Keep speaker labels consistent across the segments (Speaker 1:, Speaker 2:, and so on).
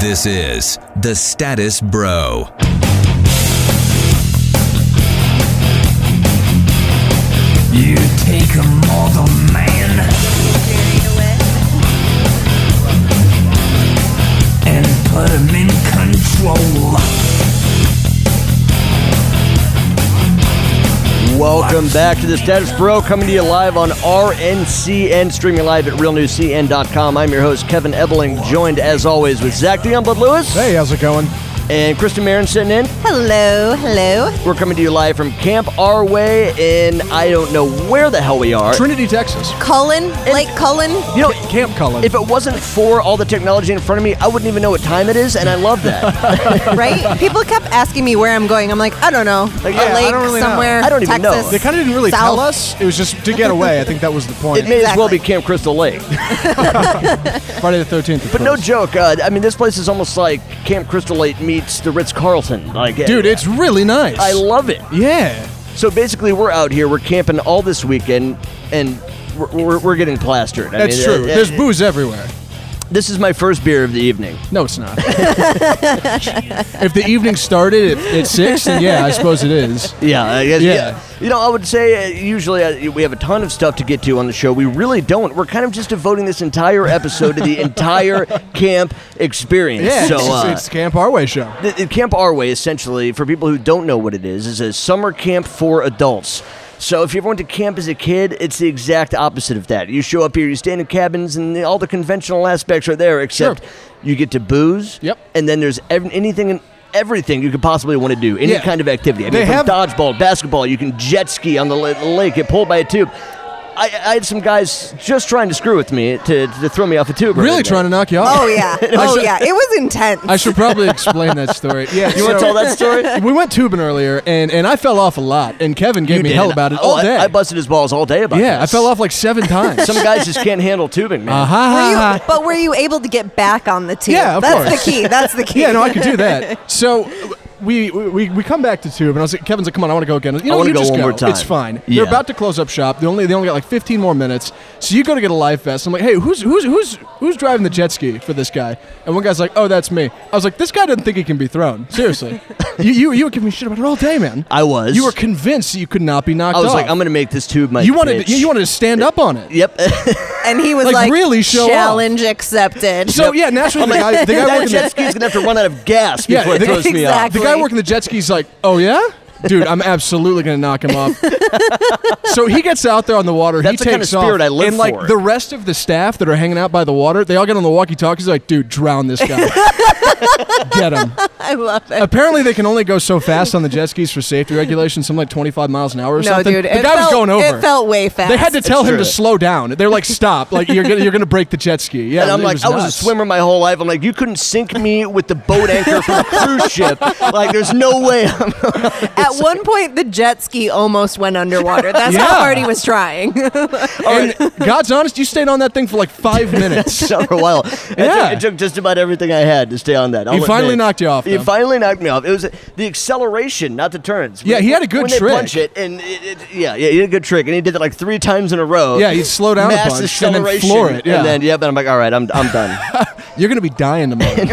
Speaker 1: This is The Status Bro.
Speaker 2: You take a mother man and put him in control.
Speaker 3: Welcome back to the Status Bro, coming to you live on RNCN, streaming live at realnewscn.com. I'm your host, Kevin Ebeling, joined as always with Zach Dion Blood Lewis
Speaker 4: Hey, how's it going?
Speaker 3: and Kristen Marin sitting in.
Speaker 5: Hello, hello.
Speaker 3: We're coming to you live from Camp Our Way, and I don't know where the hell we are.
Speaker 4: Trinity, Texas.
Speaker 5: Cullen, Lake Cullen.
Speaker 3: You know,
Speaker 4: Camp Cullen.
Speaker 3: if it wasn't for all the technology in front of me, I wouldn't even know what time it is, and I love that.
Speaker 5: right? People kept asking me where I'm going. I'm like, I don't know.
Speaker 3: Like,
Speaker 5: a
Speaker 3: yeah, I
Speaker 5: lake
Speaker 4: don't really know.
Speaker 5: somewhere.
Speaker 3: I don't even know.
Speaker 5: Texas.
Speaker 4: they kind of didn't really
Speaker 5: South.
Speaker 4: tell us. It was just to get away. I think that was the point.
Speaker 3: It may as well be Camp Crystal Lake.
Speaker 4: Friday the 13th. of
Speaker 3: But no
Speaker 4: course.
Speaker 3: joke, uh, I mean, this place is almost like Camp Crystal Lake meets the Ritz Carlton. Like,
Speaker 4: Dude, it's really nice.
Speaker 3: I love it.
Speaker 4: Yeah.
Speaker 3: So basically, we're out here, we're camping all this weekend, and we're, we're, we're getting plastered. I
Speaker 4: That's
Speaker 3: mean,
Speaker 4: true.
Speaker 3: uh,
Speaker 4: There's
Speaker 3: uh,
Speaker 4: booze everywhere.
Speaker 3: this is my first beer of the evening.
Speaker 4: No, it's not. if the evening started at, at 6, then yeah, I suppose it is.
Speaker 3: Yeah, I guess.
Speaker 4: Yeah.
Speaker 3: You know, I would say uh, usually uh, we have a ton of stuff to get to on the show. We really don't. We're kind of just devoting this entire episode to the entire camp experience.
Speaker 4: Yeah,
Speaker 3: so,
Speaker 4: it's,
Speaker 3: uh,
Speaker 4: it's Camp Our Way show.
Speaker 3: The, the Camp Our Way, essentially, for people who don't know what it is, is a summer camp for adults. So if you ever went to camp as a kid, it's the exact opposite of that. You show up here, you stay in cabins, and the- all the conventional aspects are there, except
Speaker 4: Sure.
Speaker 3: you get to booze.
Speaker 4: Yep.
Speaker 3: And then there's ev- anything and everything you could possibly want to do, any
Speaker 4: Yeah.
Speaker 3: kind of activity. I
Speaker 4: They
Speaker 3: mean, from
Speaker 4: have-
Speaker 3: dodgeball, basketball, you can jet ski on the la- the lake, get pulled by a tube. I, I had some guys just trying to screw with me to, to throw me off a tube.
Speaker 4: Really trying to knock you off.
Speaker 5: Oh, yeah. Oh, yeah. It was intense.
Speaker 4: I should probably explain that story. Yeah,
Speaker 3: You want to
Speaker 4: so-
Speaker 3: tell that story?
Speaker 4: We went tubing earlier, and, and I fell off a lot, and Kevin gave
Speaker 3: You
Speaker 4: me
Speaker 3: did.
Speaker 4: hell about it
Speaker 3: Oh,
Speaker 4: all
Speaker 3: I-
Speaker 4: day.
Speaker 3: I, busted his balls all day about
Speaker 4: yeah, I
Speaker 3: this.
Speaker 4: fell off like seven times.
Speaker 3: Some guys just can't handle tubing, man.
Speaker 4: Ah, ha,
Speaker 5: Were you-
Speaker 4: ha, ha.
Speaker 5: but were you able to get back on the team?
Speaker 4: Yeah, of
Speaker 5: That's
Speaker 4: course.
Speaker 5: the key. That's the key.
Speaker 4: Yeah, no, I could do that. So we, we we come back to tube, and I was like, Kevin's like, come on, I want to go again. You know,
Speaker 3: wanna
Speaker 4: you
Speaker 3: go
Speaker 4: just
Speaker 3: one more time.
Speaker 4: It's fine.
Speaker 3: Yeah.
Speaker 4: They're about to close up shop. They only they only got like 15 more minutes. So you go to get a life vest. I'm like, hey, who's who's who's who's driving the jet ski for this guy? And one guy's like, oh, that's me. I was like, this guy doesn't think he can be thrown. Seriously, you you you were giving me shit about it all day, man.
Speaker 3: I was.
Speaker 4: You were convinced that you could not be knocked
Speaker 3: I
Speaker 4: off.
Speaker 3: was like, I'm gonna make this tube my.
Speaker 4: You wanted
Speaker 3: bitch.
Speaker 4: you wanted to stand up on it.
Speaker 3: Yep.
Speaker 5: And he was
Speaker 4: Like,
Speaker 5: like,
Speaker 4: really show up.
Speaker 5: challenge accepted.
Speaker 4: So yeah, naturally the guy the guy
Speaker 3: that
Speaker 4: working
Speaker 3: jet
Speaker 4: the,
Speaker 3: ski's gonna have to run out of gas
Speaker 4: Yeah,
Speaker 3: before it
Speaker 4: the-
Speaker 3: throws me off.
Speaker 4: the guy working the jet ski's like, oh yeah. Dude, I'm absolutely gonna knock him off. so he gets out there on the water.
Speaker 3: That's
Speaker 4: he
Speaker 3: the kind
Speaker 4: takes
Speaker 3: of spirit
Speaker 4: off,
Speaker 3: I live
Speaker 4: and like
Speaker 3: for.
Speaker 4: the rest of the staff that are hanging out by the water, they all get on the walkie-talkies. Like, dude, drown this guy. get him.
Speaker 5: I love it.
Speaker 4: Apparently, they can only go so fast on the jet skis for safety regulations. Something like 25 miles an hour or
Speaker 5: No,
Speaker 4: something.
Speaker 5: dude.
Speaker 4: the
Speaker 5: it
Speaker 4: guy was
Speaker 5: felt-
Speaker 4: going over.
Speaker 5: It felt way fast.
Speaker 4: they had to tell him
Speaker 3: true.
Speaker 4: to slow down. They're like, stop. Like you're gonna, you're gonna break the jet ski. Yeah,
Speaker 3: And I'm
Speaker 4: it
Speaker 3: like, I was a
Speaker 4: nuts.
Speaker 3: swimmer my whole life. I'm like, you couldn't sink me with the boat anchor from a cruise ship. Like, there's no way. I'm,
Speaker 5: At one point, the jet ski almost went underwater. That's
Speaker 4: Yeah.
Speaker 5: how hard he was trying.
Speaker 4: And God's honest, you stayed on that thing for like five minutes.
Speaker 3: for a while. It,
Speaker 4: Yeah.
Speaker 3: took, it took just about everything I had to stay on that. I'll
Speaker 4: He finally
Speaker 3: admit.
Speaker 4: knocked you off,
Speaker 3: He
Speaker 4: though.
Speaker 3: finally knocked me off. It was the acceleration, not the turns.
Speaker 4: Yeah,
Speaker 3: When-
Speaker 4: he had a good
Speaker 3: when they
Speaker 4: trick.
Speaker 3: punch it, and it, it, yeah, yeah, he had a good trick, and he did that like three times in a row.
Speaker 4: Yeah, he'd slow down a
Speaker 3: Mass
Speaker 4: bunch and then
Speaker 3: acceleration,
Speaker 4: floor it, yeah.
Speaker 3: and then yep, and I'm like, all right, I'm I'm done.
Speaker 4: You're gonna be dying tomorrow.
Speaker 3: then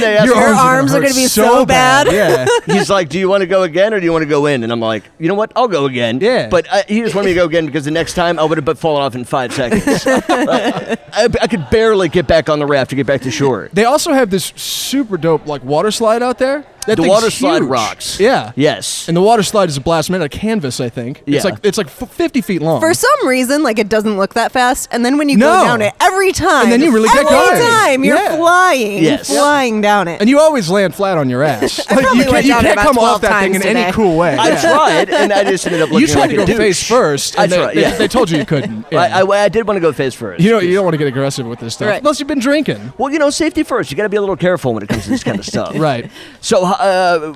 Speaker 3: they asked,
Speaker 5: Your
Speaker 3: me,
Speaker 5: arms are
Speaker 4: hurt
Speaker 5: gonna be so bad.
Speaker 4: Yeah.
Speaker 3: he's like, do you want to go again or do you want to go in? And I'm like, you know what, I'll go again.
Speaker 4: Yeah.
Speaker 3: but I, he just wanted me to go again because the next time I would have but fallen off in five seconds. I, I could barely get back on the raft to get back to shore.
Speaker 4: They also have this super dope like water slide out there. That
Speaker 3: The
Speaker 4: thing's
Speaker 3: water slide
Speaker 4: huge.
Speaker 3: rocks.
Speaker 4: Yeah.
Speaker 3: Yes.
Speaker 4: And the water slide is a blast made out of canvas, I think.
Speaker 3: Yeah.
Speaker 4: It's like it's like f- 50 feet long.
Speaker 5: For some reason, like it doesn't look that fast, and then when you
Speaker 4: No.
Speaker 5: go down it, every time,
Speaker 4: And then you really get
Speaker 5: every
Speaker 4: going.
Speaker 5: time you're
Speaker 4: Yeah.
Speaker 5: flying,
Speaker 3: Yes.
Speaker 5: flying down it.
Speaker 4: and you always land flat on your ass. like
Speaker 5: probably
Speaker 4: you can't
Speaker 5: went
Speaker 4: you
Speaker 5: down
Speaker 4: can't
Speaker 5: about
Speaker 4: come
Speaker 5: 12
Speaker 4: off that thing in
Speaker 5: times
Speaker 4: any
Speaker 5: today.
Speaker 4: cool way.
Speaker 3: I
Speaker 4: Yeah.
Speaker 3: tried, and I just ended up looking
Speaker 4: You tried
Speaker 3: like
Speaker 4: to
Speaker 3: a
Speaker 4: go
Speaker 3: douche.
Speaker 4: face first.
Speaker 3: I
Speaker 4: and they-
Speaker 3: tried,
Speaker 4: they,
Speaker 3: yeah.
Speaker 4: they told you you couldn't.
Speaker 3: I,
Speaker 4: Yeah.
Speaker 3: I, I did want to go face first.
Speaker 4: you don't you don't want to get aggressive with this stuff.
Speaker 5: Right.
Speaker 4: Unless you've been drinking.
Speaker 3: well, you know, safety first. You got to be a little careful when it comes to this kind of stuff.
Speaker 4: Right.
Speaker 3: So, uh,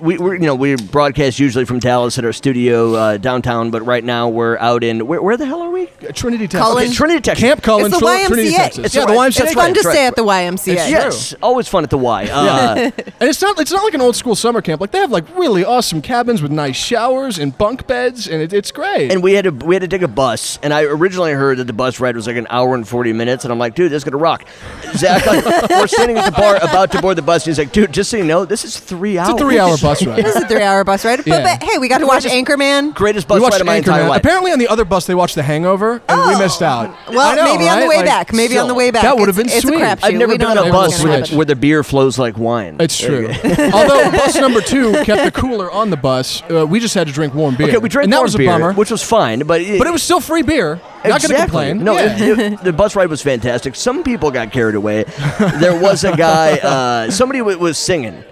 Speaker 3: we, we're you know we broadcast usually from Dallas at our studio uh, downtown, but right now we're out in where, where the hell are we?
Speaker 4: Trinity, Texas.
Speaker 5: Cullen.
Speaker 3: Okay, Trinity, Texas.
Speaker 4: Camp Cullen,
Speaker 5: It's the
Speaker 4: Trin- Trinity,
Speaker 5: YMCA.
Speaker 4: Texas.
Speaker 5: It's
Speaker 4: yeah, the
Speaker 3: right.
Speaker 4: YMCA.
Speaker 5: It's
Speaker 3: That's
Speaker 5: fun
Speaker 3: right,
Speaker 5: to
Speaker 3: right,
Speaker 5: stay at the YMCA.
Speaker 4: It's true.
Speaker 3: Yes, always fun at the Y. Uh,
Speaker 4: And it's not it's not like an old school summer camp. Like they have like really awesome cabins with nice showers and bunk beds, and it, it's great.
Speaker 3: and we had to we had to take a bus, and I originally heard that the bus ride was like an hour and forty minutes, and I'm like, dude, this is gonna rock. Zach, like, we're standing at the bar about to board the bus, and he's like, dude, just so you know, this is three hours.
Speaker 4: it's a three-hour bus ride.
Speaker 5: It's a three-hour bus ride, but,
Speaker 4: Yeah.
Speaker 5: but hey, we got to watch Anchorman.
Speaker 3: Greatest
Speaker 4: We
Speaker 3: bus
Speaker 4: watched
Speaker 3: ride of my entire
Speaker 4: Anchorman.
Speaker 3: life.
Speaker 4: Apparently, on the other bus, they watched The Hangover, and we missed out. I
Speaker 5: Oh. Well,
Speaker 4: know,
Speaker 5: maybe on the
Speaker 4: right?
Speaker 5: way
Speaker 4: Like,
Speaker 5: back. Maybe on the
Speaker 4: still,
Speaker 5: way back.
Speaker 4: That would have been
Speaker 5: It's-
Speaker 4: sweet.
Speaker 5: I've
Speaker 3: I've never
Speaker 5: We don't
Speaker 3: been on
Speaker 5: know
Speaker 3: a
Speaker 5: what's
Speaker 3: bus
Speaker 5: gonna
Speaker 3: with,
Speaker 5: happen.
Speaker 3: where the beer flows like wine.
Speaker 4: It's true. Although bus number two kept the cooler on the bus, uh, we just had to drink warm beer.
Speaker 3: Okay, we drank
Speaker 4: and that
Speaker 3: more
Speaker 4: was
Speaker 3: beer,
Speaker 4: a bummer.
Speaker 3: which was fine, but it,
Speaker 4: but it was still free beer. Not
Speaker 3: exactly.
Speaker 4: gonna complain.
Speaker 3: No,
Speaker 4: Yeah.
Speaker 3: it- it- the bus ride was fantastic. Some people got carried away. There was a guy. Uh, somebody w- was singing.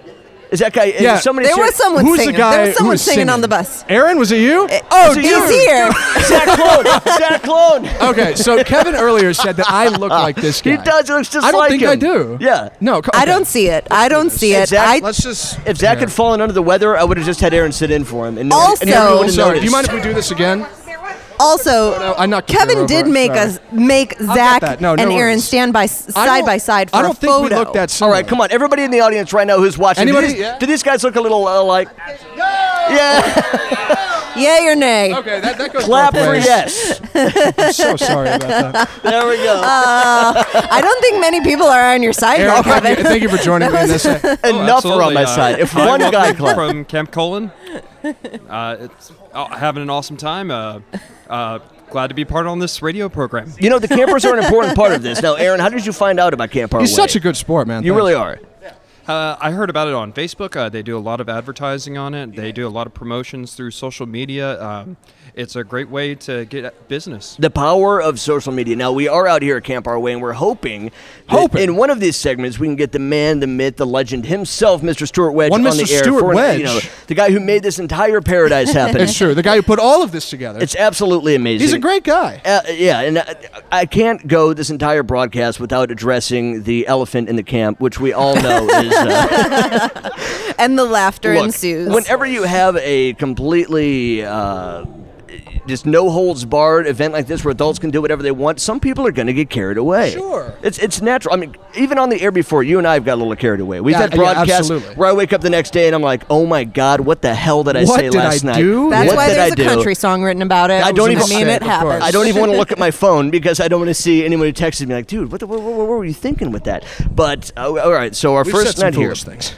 Speaker 3: Is that guy?
Speaker 4: Yeah.
Speaker 3: somebody
Speaker 5: There
Speaker 3: ser-
Speaker 5: was someone
Speaker 4: Who's
Speaker 5: singing.
Speaker 4: the guy
Speaker 5: there was
Speaker 4: who
Speaker 5: someone
Speaker 4: was
Speaker 5: singing, on the bus.
Speaker 4: Aaron, was it you?
Speaker 5: Oh,
Speaker 3: it
Speaker 5: he's
Speaker 3: you?
Speaker 5: here.
Speaker 3: Zach Clone. Zach Clone.
Speaker 4: okay, so Kevin earlier said that I look like this guy.
Speaker 3: He does. He looks just
Speaker 4: I don't
Speaker 3: like
Speaker 4: think
Speaker 3: him.
Speaker 4: I do.
Speaker 3: Yeah.
Speaker 4: No, co-
Speaker 5: I
Speaker 4: okay.
Speaker 5: don't see it. I don't see it.
Speaker 3: Exactly.
Speaker 5: I,
Speaker 6: Let's just.
Speaker 3: If Zach had fallen under the weather, I would have just had Aaron sit in for him. And, no-
Speaker 5: Also-
Speaker 3: and everyone would have
Speaker 4: Sorry, do you
Speaker 3: noticed.
Speaker 4: mind if we do this again?
Speaker 5: also,
Speaker 4: no, I knocked the beer
Speaker 5: Kevin
Speaker 4: over.
Speaker 5: did make
Speaker 4: Sorry.
Speaker 5: us make
Speaker 4: get
Speaker 5: Zach
Speaker 4: that. No, no
Speaker 5: and Aaron
Speaker 4: worries.
Speaker 5: stand by s-
Speaker 4: I
Speaker 5: side
Speaker 4: don't-
Speaker 5: by side for
Speaker 4: I don't
Speaker 5: a
Speaker 4: think
Speaker 5: photo.
Speaker 4: we looked that
Speaker 3: All
Speaker 4: similar.
Speaker 3: right, come on. Everybody in the audience right now who's watching.
Speaker 4: Anybody?
Speaker 3: Do these,
Speaker 4: Yeah.
Speaker 3: do these guys look a little uh, like? Yeah.
Speaker 5: Yay or nay?
Speaker 4: Okay, that, that goes
Speaker 3: Clap
Speaker 4: both
Speaker 3: for
Speaker 4: ways.
Speaker 3: yes.
Speaker 4: I'm so sorry about that.
Speaker 3: There we go.
Speaker 5: I don't think many people are on your side
Speaker 4: Aaron,
Speaker 5: now,
Speaker 4: thank,
Speaker 5: Kevin.
Speaker 4: you, thank you for joining me in this.
Speaker 6: Oh,
Speaker 3: Enough are
Speaker 6: Uh,
Speaker 3: on my side. If one guy claps.
Speaker 6: from Camp Colon. Uh, it's uh, having an awesome time. Uh, uh, glad to be part on this radio program.
Speaker 3: You know, the campers are an important part of this. Now, Aaron, how did you find out about Camp Our
Speaker 4: He's
Speaker 3: Way?
Speaker 4: such a good sport, man.
Speaker 3: You
Speaker 4: Thanks.
Speaker 3: really are.
Speaker 6: Uh, I heard about it on Facebook. Uh, they do a lot of advertising on it. They do a lot of promotions through social media. Um, it's a great way to get business.
Speaker 3: The power of social media. Now, we are out here at Camp Our Way, and we're hoping, that
Speaker 4: Hoping.
Speaker 3: in one of these segments we can get the man, the myth, the legend himself, Mr. Stuart Wedge,
Speaker 4: One
Speaker 3: on
Speaker 4: Mr.
Speaker 3: the air.
Speaker 4: Stuart
Speaker 3: for,
Speaker 4: Wedge.
Speaker 3: You know, the guy who made this entire paradise happen.
Speaker 4: It's true. The guy who put all of this together.
Speaker 3: It's absolutely amazing.
Speaker 4: He's a great guy.
Speaker 3: Uh, yeah, and I, I can't go this entire broadcast without addressing the elephant in the camp, which we all know is. Uh,
Speaker 5: and the laughter
Speaker 3: Look,
Speaker 5: ensues.
Speaker 3: Whenever you have a completely uh, just no holds barred event like this, where adults can do whatever they want, some people are going to get carried away.
Speaker 4: Sure.
Speaker 3: it's it's natural. I mean, even on the air before, you and I have got a little carried away. We've
Speaker 4: Yeah,
Speaker 3: had
Speaker 4: yeah,
Speaker 3: broadcasts
Speaker 4: absolutely.
Speaker 3: where I wake up the next day and I'm like, oh my god, what the hell did I
Speaker 4: What
Speaker 3: say
Speaker 4: did I
Speaker 3: last night?
Speaker 4: do?
Speaker 5: That's
Speaker 3: what
Speaker 5: why
Speaker 3: did
Speaker 5: there's
Speaker 3: I
Speaker 5: a
Speaker 3: do?
Speaker 5: country song written about it.
Speaker 3: I don't even-
Speaker 5: mean it
Speaker 4: Of course.
Speaker 5: happens.
Speaker 3: I don't even want to look at my phone because I don't want to see anybody who texted me like, dude, what, the, what, what, what were you thinking with that? But uh, all right, so our
Speaker 4: We've
Speaker 3: first
Speaker 4: said some
Speaker 3: night here,
Speaker 4: foolish things.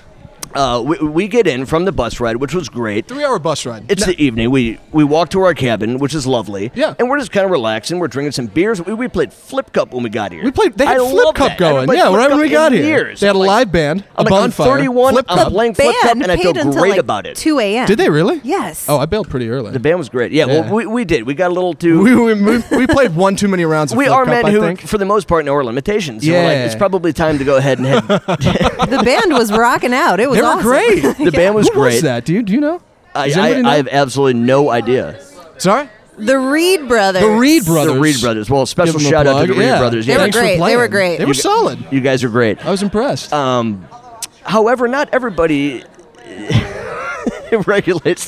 Speaker 3: uh, we, we get in from the bus ride, which was great.
Speaker 4: Three-hour bus ride.
Speaker 3: It's
Speaker 4: No-
Speaker 3: the evening. We we walk to our cabin, which is lovely.
Speaker 4: Yeah.
Speaker 3: And we're just kind of relaxing. We're drinking some beers. We, we played flip cup when we got here.
Speaker 4: we played. They had
Speaker 3: I
Speaker 4: flip
Speaker 3: love
Speaker 4: cup
Speaker 3: that. I haven't
Speaker 4: going.
Speaker 3: played
Speaker 4: Yeah,
Speaker 3: flip
Speaker 4: whenever
Speaker 3: cup
Speaker 4: we got
Speaker 3: in
Speaker 4: here,
Speaker 3: years.
Speaker 4: they had a
Speaker 3: Like,
Speaker 4: live band,
Speaker 3: I'm
Speaker 4: a
Speaker 3: like, I'm
Speaker 4: bonfire.
Speaker 3: 31.
Speaker 4: flip
Speaker 3: I'm
Speaker 4: cup.
Speaker 3: playing flip cup, and I feel great about it.
Speaker 5: Two a.m.
Speaker 4: Did they really?
Speaker 5: Yes.
Speaker 4: Oh, I bailed pretty early.
Speaker 3: The band was great. Yeah.
Speaker 4: Yeah.
Speaker 3: Well, we, we did. We got a little too.
Speaker 4: we, we, we, we played one too many rounds. Of
Speaker 3: we
Speaker 4: flip
Speaker 3: are
Speaker 4: cup,
Speaker 3: men
Speaker 4: I
Speaker 3: who,
Speaker 4: think.
Speaker 3: for the most part, know our limitations. So we're like,
Speaker 4: Yeah.
Speaker 3: it's probably time to go ahead and head.
Speaker 5: the band was rocking out. It was
Speaker 4: they were
Speaker 5: awesome.
Speaker 4: great.
Speaker 3: The band was
Speaker 4: who
Speaker 3: great.
Speaker 4: was that, dude? Do you know?
Speaker 3: I,
Speaker 4: Does
Speaker 3: I,
Speaker 4: anybody know?
Speaker 3: I have absolutely no idea.
Speaker 4: Sorry,
Speaker 5: The Reed brothers.
Speaker 4: the Reed brothers.
Speaker 3: The Reed Brothers. Well,
Speaker 4: Give
Speaker 3: special
Speaker 4: them a
Speaker 3: shout out to
Speaker 4: plug.
Speaker 3: the Reed
Speaker 4: Yeah.
Speaker 3: Brothers.
Speaker 5: They
Speaker 3: Yeah.
Speaker 5: were
Speaker 4: Thanks for
Speaker 5: great. They were
Speaker 4: playing.
Speaker 5: great.
Speaker 4: They
Speaker 5: You
Speaker 4: were solid.
Speaker 3: You guys are great.
Speaker 4: I was impressed.
Speaker 3: Um, However, not everybody eh, regulates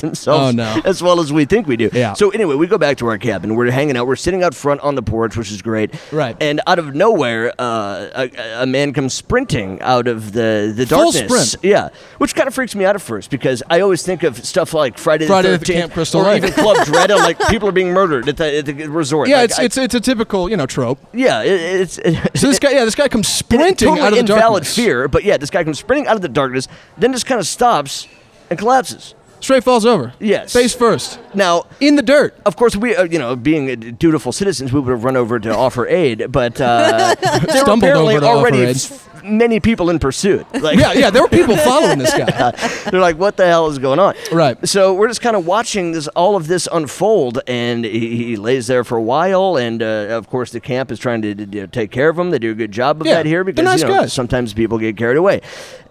Speaker 4: Oh,
Speaker 3: themselves
Speaker 4: no.
Speaker 3: as well as we think we do.
Speaker 4: Yeah.
Speaker 3: So anyway, we go back to our cabin. We're hanging out. We're sitting out front on the porch, which is great.
Speaker 4: Right.
Speaker 3: And out of nowhere, uh, a, a man comes sprinting out of the the
Speaker 4: Full
Speaker 3: darkness.
Speaker 4: sprint.
Speaker 3: Yeah. Which kind of freaks me out at first because I always think of stuff like Friday,
Speaker 4: Friday the
Speaker 3: the Thirteenth,
Speaker 4: Camp Crystal
Speaker 3: or
Speaker 4: Lake.
Speaker 3: even Club Dread. I'm like people are being murdered at the, at the resort.
Speaker 4: yeah,
Speaker 3: Like,
Speaker 4: it's,
Speaker 3: I-
Speaker 4: it's it's a typical you know trope.
Speaker 3: yeah. It, it's
Speaker 4: So this guy, yeah, this guy comes sprinting
Speaker 3: totally
Speaker 4: out of the
Speaker 3: invalid
Speaker 4: darkness.
Speaker 3: fear, but yeah, this guy comes sprinting out of the darkness, then just kind of stops and collapses.
Speaker 4: Straight falls over.
Speaker 3: Yes.
Speaker 4: Face first.
Speaker 3: Now,
Speaker 4: In the dirt.
Speaker 3: of course, we, uh, you know, being uh, dutiful citizens, we would have run over to offer aid, but uh, there were
Speaker 4: Stumbled
Speaker 3: apparently
Speaker 4: over to offer
Speaker 3: already
Speaker 4: aid.
Speaker 3: f- many people in pursuit. Like,
Speaker 4: Yeah, yeah, there were people following this guy.
Speaker 3: They're like, what the hell is going on?
Speaker 4: Right.
Speaker 3: So we're just kind of watching this all of this unfold, and he, he lays there for a while, and uh, of course the camp is trying to, to, you know, take care of him. They do a good job of
Speaker 4: Yeah,
Speaker 3: that here
Speaker 4: they're
Speaker 3: because
Speaker 4: nice
Speaker 3: you know,
Speaker 4: guys.
Speaker 3: sometimes people get carried away.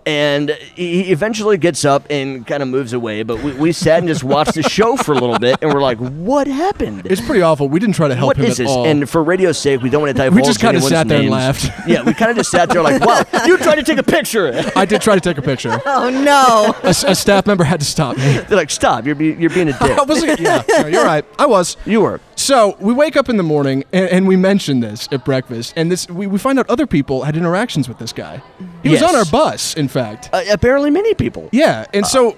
Speaker 3: And he eventually gets up and kind of moves away. But we, we sat and just watched the show for a little bit, and we're like, "What happened?
Speaker 4: It's pretty awful. We didn't try to help
Speaker 3: What
Speaker 4: him
Speaker 3: is
Speaker 4: at
Speaker 3: this?
Speaker 4: all.
Speaker 3: And for radio's sake, we don't want to divulge.
Speaker 4: We just kinda
Speaker 3: anyone's
Speaker 4: sat there and
Speaker 3: names.
Speaker 4: laughed.
Speaker 3: Yeah, we kind of just sat there like, "Wow, you tried to take a picture." They're
Speaker 4: I did try to take a picture.
Speaker 5: Oh no.
Speaker 4: A, s- a staff member had to stop me.
Speaker 3: like, "Stop! You're be- you're being a dick."
Speaker 4: I wasn't. Yeah, no, you're right. I was.
Speaker 3: you were.
Speaker 4: So we wake up in the morning and, and we mention this at breakfast, and this we, we find out other people had interactions with this guy. He
Speaker 3: Yes.
Speaker 4: was on our bus, in fact.
Speaker 3: Uh, apparently, many people.
Speaker 4: yeah, and so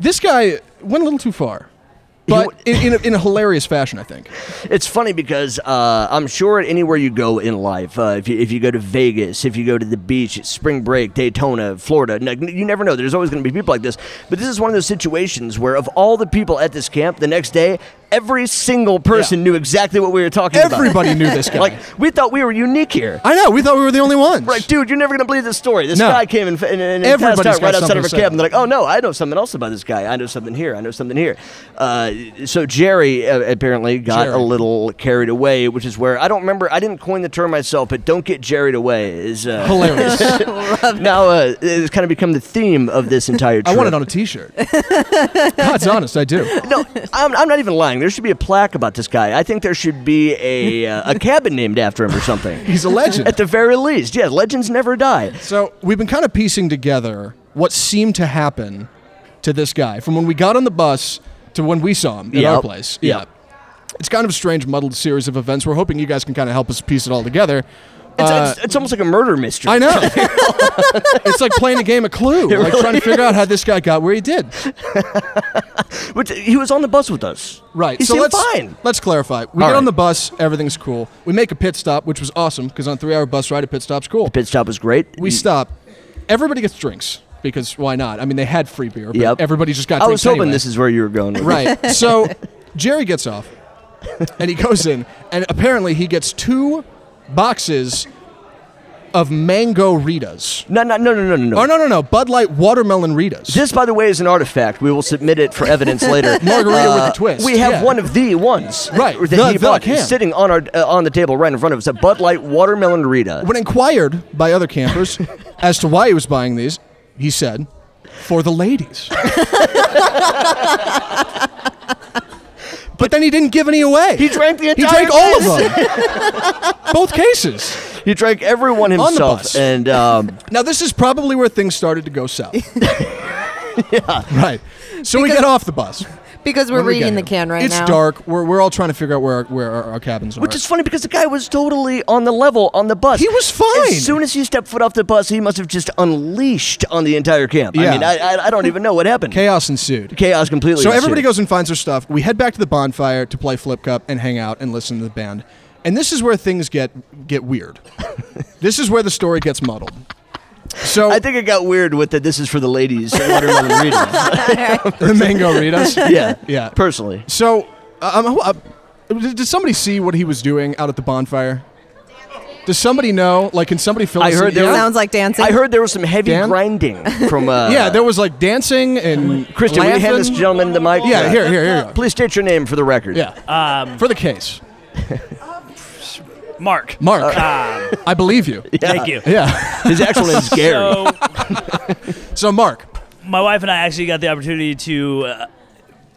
Speaker 4: this guy went a little too far, but in, in, a, in a hilarious fashion, I think.
Speaker 3: It's funny because uh, I'm sure anywhere you go in life, uh, if, you, if you go to Vegas, if you go to the beach, spring break, Daytona, Florida, n- you never know. There's always going to be people like this. But this is one of those situations where, of all the people at this camp, the next day, every single person knew exactly what we were talking about.
Speaker 4: Everybody knew this guy.
Speaker 3: Like, we thought we were unique here.
Speaker 4: I know. We thought we were the only ones.
Speaker 3: Like, dude, you're never gonna believe this story. This
Speaker 4: No.
Speaker 3: guy came and, and, and
Speaker 4: Everybody's
Speaker 3: passed out
Speaker 4: got
Speaker 3: right outside
Speaker 4: something
Speaker 3: of our
Speaker 4: to
Speaker 3: cabin.
Speaker 4: say.
Speaker 3: They're like, oh no, I know something else about this guy. I know something here. I know something here. Uh, so Jerry uh, apparently got a
Speaker 4: Jerry.
Speaker 3: little carried away, which is where I don't remember. I didn't coin the term myself, but "don't get jerried away" is uh,
Speaker 4: Hilarious.
Speaker 3: now uh, it's kind of become the theme of this entire. Trip.
Speaker 4: I want it on a T-shirt. God's honest, I do.
Speaker 3: No, I'm, I'm not even lying. There should be a plaque about this guy. I think there should be a uh, a cabin named after him or something.
Speaker 4: He's a legend.
Speaker 3: At the very least, yeah, legends never die.
Speaker 4: So we've been kind of piecing together what seemed to happen to this guy from when we got on the bus to when we saw him at our
Speaker 3: Yep.
Speaker 4: place.
Speaker 3: Yep.
Speaker 4: It's kind of a strange, muddled series of events. We're hoping you guys can kind of help us piece it all together.
Speaker 3: It's,
Speaker 4: Uh,
Speaker 3: it's, it's almost like a murder mystery.
Speaker 4: I know. it's like playing a game of Clue, like trying to figure out how this guy got where he did.
Speaker 3: Which he was on the bus with us.
Speaker 4: Right.
Speaker 3: He
Speaker 4: so
Speaker 3: seemed
Speaker 4: let's
Speaker 3: fine.
Speaker 4: let's clarify. We
Speaker 3: All
Speaker 4: get on
Speaker 3: right.
Speaker 4: the bus, everything's cool. We make a pit stop, which was awesome because on a three-hour bus ride, a pit stop's cool.
Speaker 3: Pit stop was great.
Speaker 4: We
Speaker 3: You-
Speaker 4: stop. Everybody gets drinks because why not? I mean, they had free beer, but
Speaker 3: Yep.
Speaker 4: everybody just got.
Speaker 3: I was
Speaker 4: drinks
Speaker 3: hoping
Speaker 4: anyway.
Speaker 3: this is where you were going. With it.
Speaker 4: right. So Jerry gets off, and he goes in, and apparently he gets two boxes of mango Ritas.
Speaker 3: No, no, no, no, no, no, no.
Speaker 4: Oh no no no! Bud Light watermelon Ritas.
Speaker 3: This, by the way, is an artifact. We will submit it for evidence later. Uh,
Speaker 4: Margarita with a twist,
Speaker 3: We have
Speaker 4: yeah.
Speaker 3: one of the ones,
Speaker 4: Right,
Speaker 3: That
Speaker 4: the-
Speaker 3: he
Speaker 4: the
Speaker 3: bought
Speaker 4: can.
Speaker 3: sitting on our uh, on the table right in front of us. A Bud Light watermelon Rita.
Speaker 4: when inquired by other campers as to why he was buying these, he said, "For the ladies." But then he didn't give any away.
Speaker 3: He drank the
Speaker 4: He
Speaker 3: entire.
Speaker 4: drank all of
Speaker 3: thing.
Speaker 4: them. Both cases.
Speaker 3: He drank everyone
Speaker 4: the
Speaker 3: himself,
Speaker 4: bus.
Speaker 3: and um,
Speaker 4: Now this is probably where things started to go south. yeah. Right. So we
Speaker 5: Because-
Speaker 4: get off the bus.
Speaker 5: Because we're
Speaker 4: When we get
Speaker 5: reading the
Speaker 4: here.
Speaker 5: can right
Speaker 4: it's
Speaker 5: now.
Speaker 4: dark. We're, we're all trying to figure out where our, where our, our cabins are.
Speaker 3: which is funny because the guy was totally on the level on the bus.
Speaker 4: He was fine.
Speaker 3: As soon as he stepped foot off the bus, he must have just unleashed on the entire camp. I
Speaker 4: Yeah.
Speaker 3: mean, I, I, I don't even know what happened.
Speaker 4: chaos ensued.
Speaker 3: chaos completely.
Speaker 4: So everybody
Speaker 3: ensued.
Speaker 4: goes and finds their stuff. We head back to the bonfire to play flip cup and hang out and listen to the band. And this is where things get get weird. this is where the story gets muddled. So
Speaker 3: I think it got weird with that. This is for the ladies. Watermelon Rita.
Speaker 4: the mango ritas.
Speaker 3: Yeah,
Speaker 4: Yeah.
Speaker 3: Personally,
Speaker 4: So, um, uh, did did somebody see what he was doing out at the bonfire? Does somebody know? Like, can somebody fill
Speaker 3: I
Speaker 4: us
Speaker 3: heard
Speaker 4: in?
Speaker 3: there
Speaker 4: yeah?
Speaker 3: was-
Speaker 5: Sounds like dancing.
Speaker 3: I heard there was some heavy
Speaker 4: Dan?
Speaker 3: grinding from. Uh,
Speaker 4: yeah, there was like dancing and
Speaker 3: Christian, will you hand this
Speaker 4: laughing?
Speaker 3: gentleman the mic?
Speaker 4: Yeah, here, here, here. you are.
Speaker 3: Please state your name for the record.
Speaker 4: Yeah, for the case,
Speaker 7: Mark.
Speaker 4: Mark. I believe you.
Speaker 7: Thank you.
Speaker 4: Yeah.
Speaker 3: His actual name's Gary.
Speaker 7: So,
Speaker 4: So, Mark,
Speaker 7: my wife and I actually got the opportunity to uh,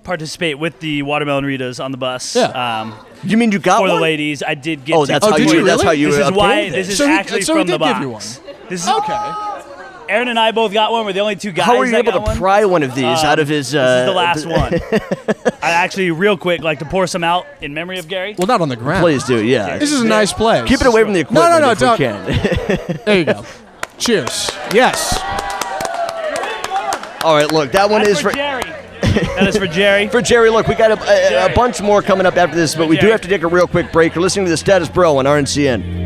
Speaker 7: participate with the watermelon Ritas on the bus.
Speaker 4: Yeah.
Speaker 7: Um,
Speaker 3: you mean you got
Speaker 7: for the
Speaker 3: one?
Speaker 7: ladies, I did get.
Speaker 3: Oh,
Speaker 7: to
Speaker 3: that's
Speaker 4: Oh,
Speaker 3: how
Speaker 4: did
Speaker 3: you.
Speaker 4: you
Speaker 3: That's how
Speaker 4: really?
Speaker 3: you.
Speaker 7: This is why.
Speaker 3: obtained it.
Speaker 7: This is
Speaker 4: So he-
Speaker 7: actually
Speaker 4: so he
Speaker 7: from
Speaker 4: did
Speaker 7: the
Speaker 4: give
Speaker 7: box.
Speaker 4: you
Speaker 7: This is
Speaker 4: okay.
Speaker 7: Aaron and I both got one. We're the only two guys.
Speaker 3: How were you
Speaker 7: that
Speaker 3: able
Speaker 7: got
Speaker 3: to
Speaker 7: one.
Speaker 3: pry one of these
Speaker 7: Um,
Speaker 3: out of his? Uh,
Speaker 7: this is the last one. I actually, real quick, like to pour some out in memory of Gary.
Speaker 4: Well, not on the ground.
Speaker 3: Please do. Yeah.
Speaker 4: This is a nice place.
Speaker 3: Keep it away from the
Speaker 4: No,
Speaker 3: equipment
Speaker 4: no, no,
Speaker 3: if we
Speaker 4: don't.
Speaker 3: can.
Speaker 4: There you go. Cheers. Yes.
Speaker 3: All right, look, that one
Speaker 7: That's
Speaker 3: is
Speaker 7: for
Speaker 3: for,
Speaker 7: Jerry. that is for Jerry.
Speaker 3: for Jerry. Look, we got a, a, a
Speaker 7: Jerry.
Speaker 3: bunch more coming up after this, but we do
Speaker 7: Jerry.
Speaker 3: have to take a real quick break. You're listening to the Status Bro on RNCN.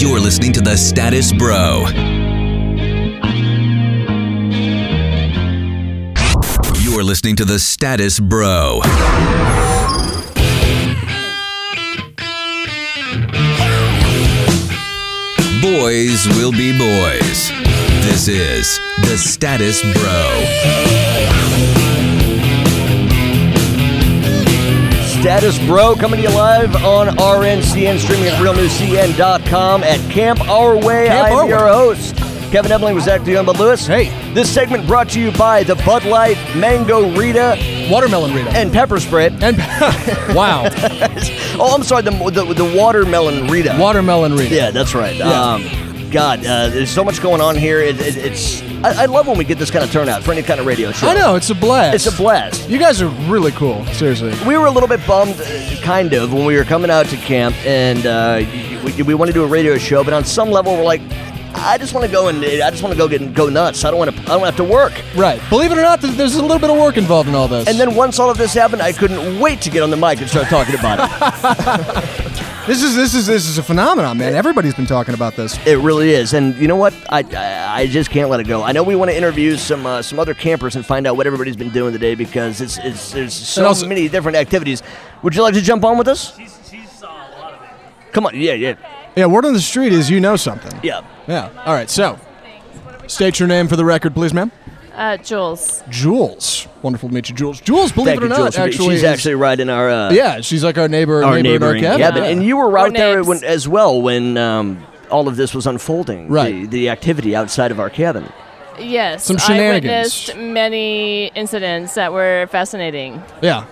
Speaker 1: You're listening to the Status Bro. You're listening to the Status Bro. Boys will be boys. This is the Status Bro.
Speaker 3: Status Bro coming to you live on RNCN, streaming at realnewscn.com at Camp Our Way.
Speaker 4: Camp
Speaker 3: I am
Speaker 4: Our
Speaker 3: your
Speaker 4: Way.
Speaker 3: host, Kevin Ebling with Zach DeYoung, Bud Lewis.
Speaker 4: Hey.
Speaker 3: This segment brought to you by the Bud Light, Mango Rita,
Speaker 4: Watermelon Rita.
Speaker 3: and Pepper Spread.
Speaker 4: And wow,
Speaker 3: Oh, I'm sorry, the, the, the Watermelon Rita.
Speaker 4: watermelon Rita.
Speaker 3: Yeah, that's right. Um, God, uh, there's so much going on here. It, it, it's I, I love when we get this kind of turnout for any kind of radio show.
Speaker 4: I know it's a blast.
Speaker 3: It's a blast.
Speaker 4: You guys are really cool. Seriously.
Speaker 3: We were a little bit bummed, uh, kind of, when we were coming out to camp, and uh, y- y- we, we want to do a radio show. But on some level, we're like, I just want to go and I just want to go get go nuts. I don't want to. I don't have to work.
Speaker 4: Right. Believe it or not, th- there's a little bit of work involved in all this.
Speaker 3: And then once all of this happened, I couldn't wait to get on the mic and start talking about it.
Speaker 4: this is this is this is a phenomenon, man. Everybody's been talking about this.
Speaker 3: It really is. And you know what? I I, I just can't let it go. I know we want to interview some uh, some other campers and find out what everybody's been doing today because it's it's there's so
Speaker 4: And also-
Speaker 3: many different activities. Would you like to jump on with us?
Speaker 7: She's, she's saw a lot of it.
Speaker 3: Come on. Yeah, yeah,
Speaker 4: Yeah, word on the street is you know something.
Speaker 3: yeah.
Speaker 4: Yeah. All right. So, state your name for the record, please, ma'am.
Speaker 8: Uh, Jules.
Speaker 4: Jules. Wonderful to meet you, Jules. Jules, believe
Speaker 3: Thank
Speaker 4: it or
Speaker 3: you,
Speaker 4: not,
Speaker 3: Jules.
Speaker 4: actually,
Speaker 3: She's
Speaker 4: is-
Speaker 3: actually right in our uh,
Speaker 4: Yeah, she's like our neighbor,
Speaker 3: our
Speaker 4: neighbor
Speaker 3: neighboring
Speaker 4: in our cabin.
Speaker 3: cabin. And you were right there
Speaker 8: neighbors.
Speaker 3: when, as well when um, all of this was unfolding.
Speaker 4: Right.
Speaker 3: The, the activity outside of our cabin.
Speaker 8: Yes.
Speaker 4: Some
Speaker 8: I
Speaker 4: shenanigans.
Speaker 8: witnessed many incidents that were fascinating.
Speaker 4: Yeah.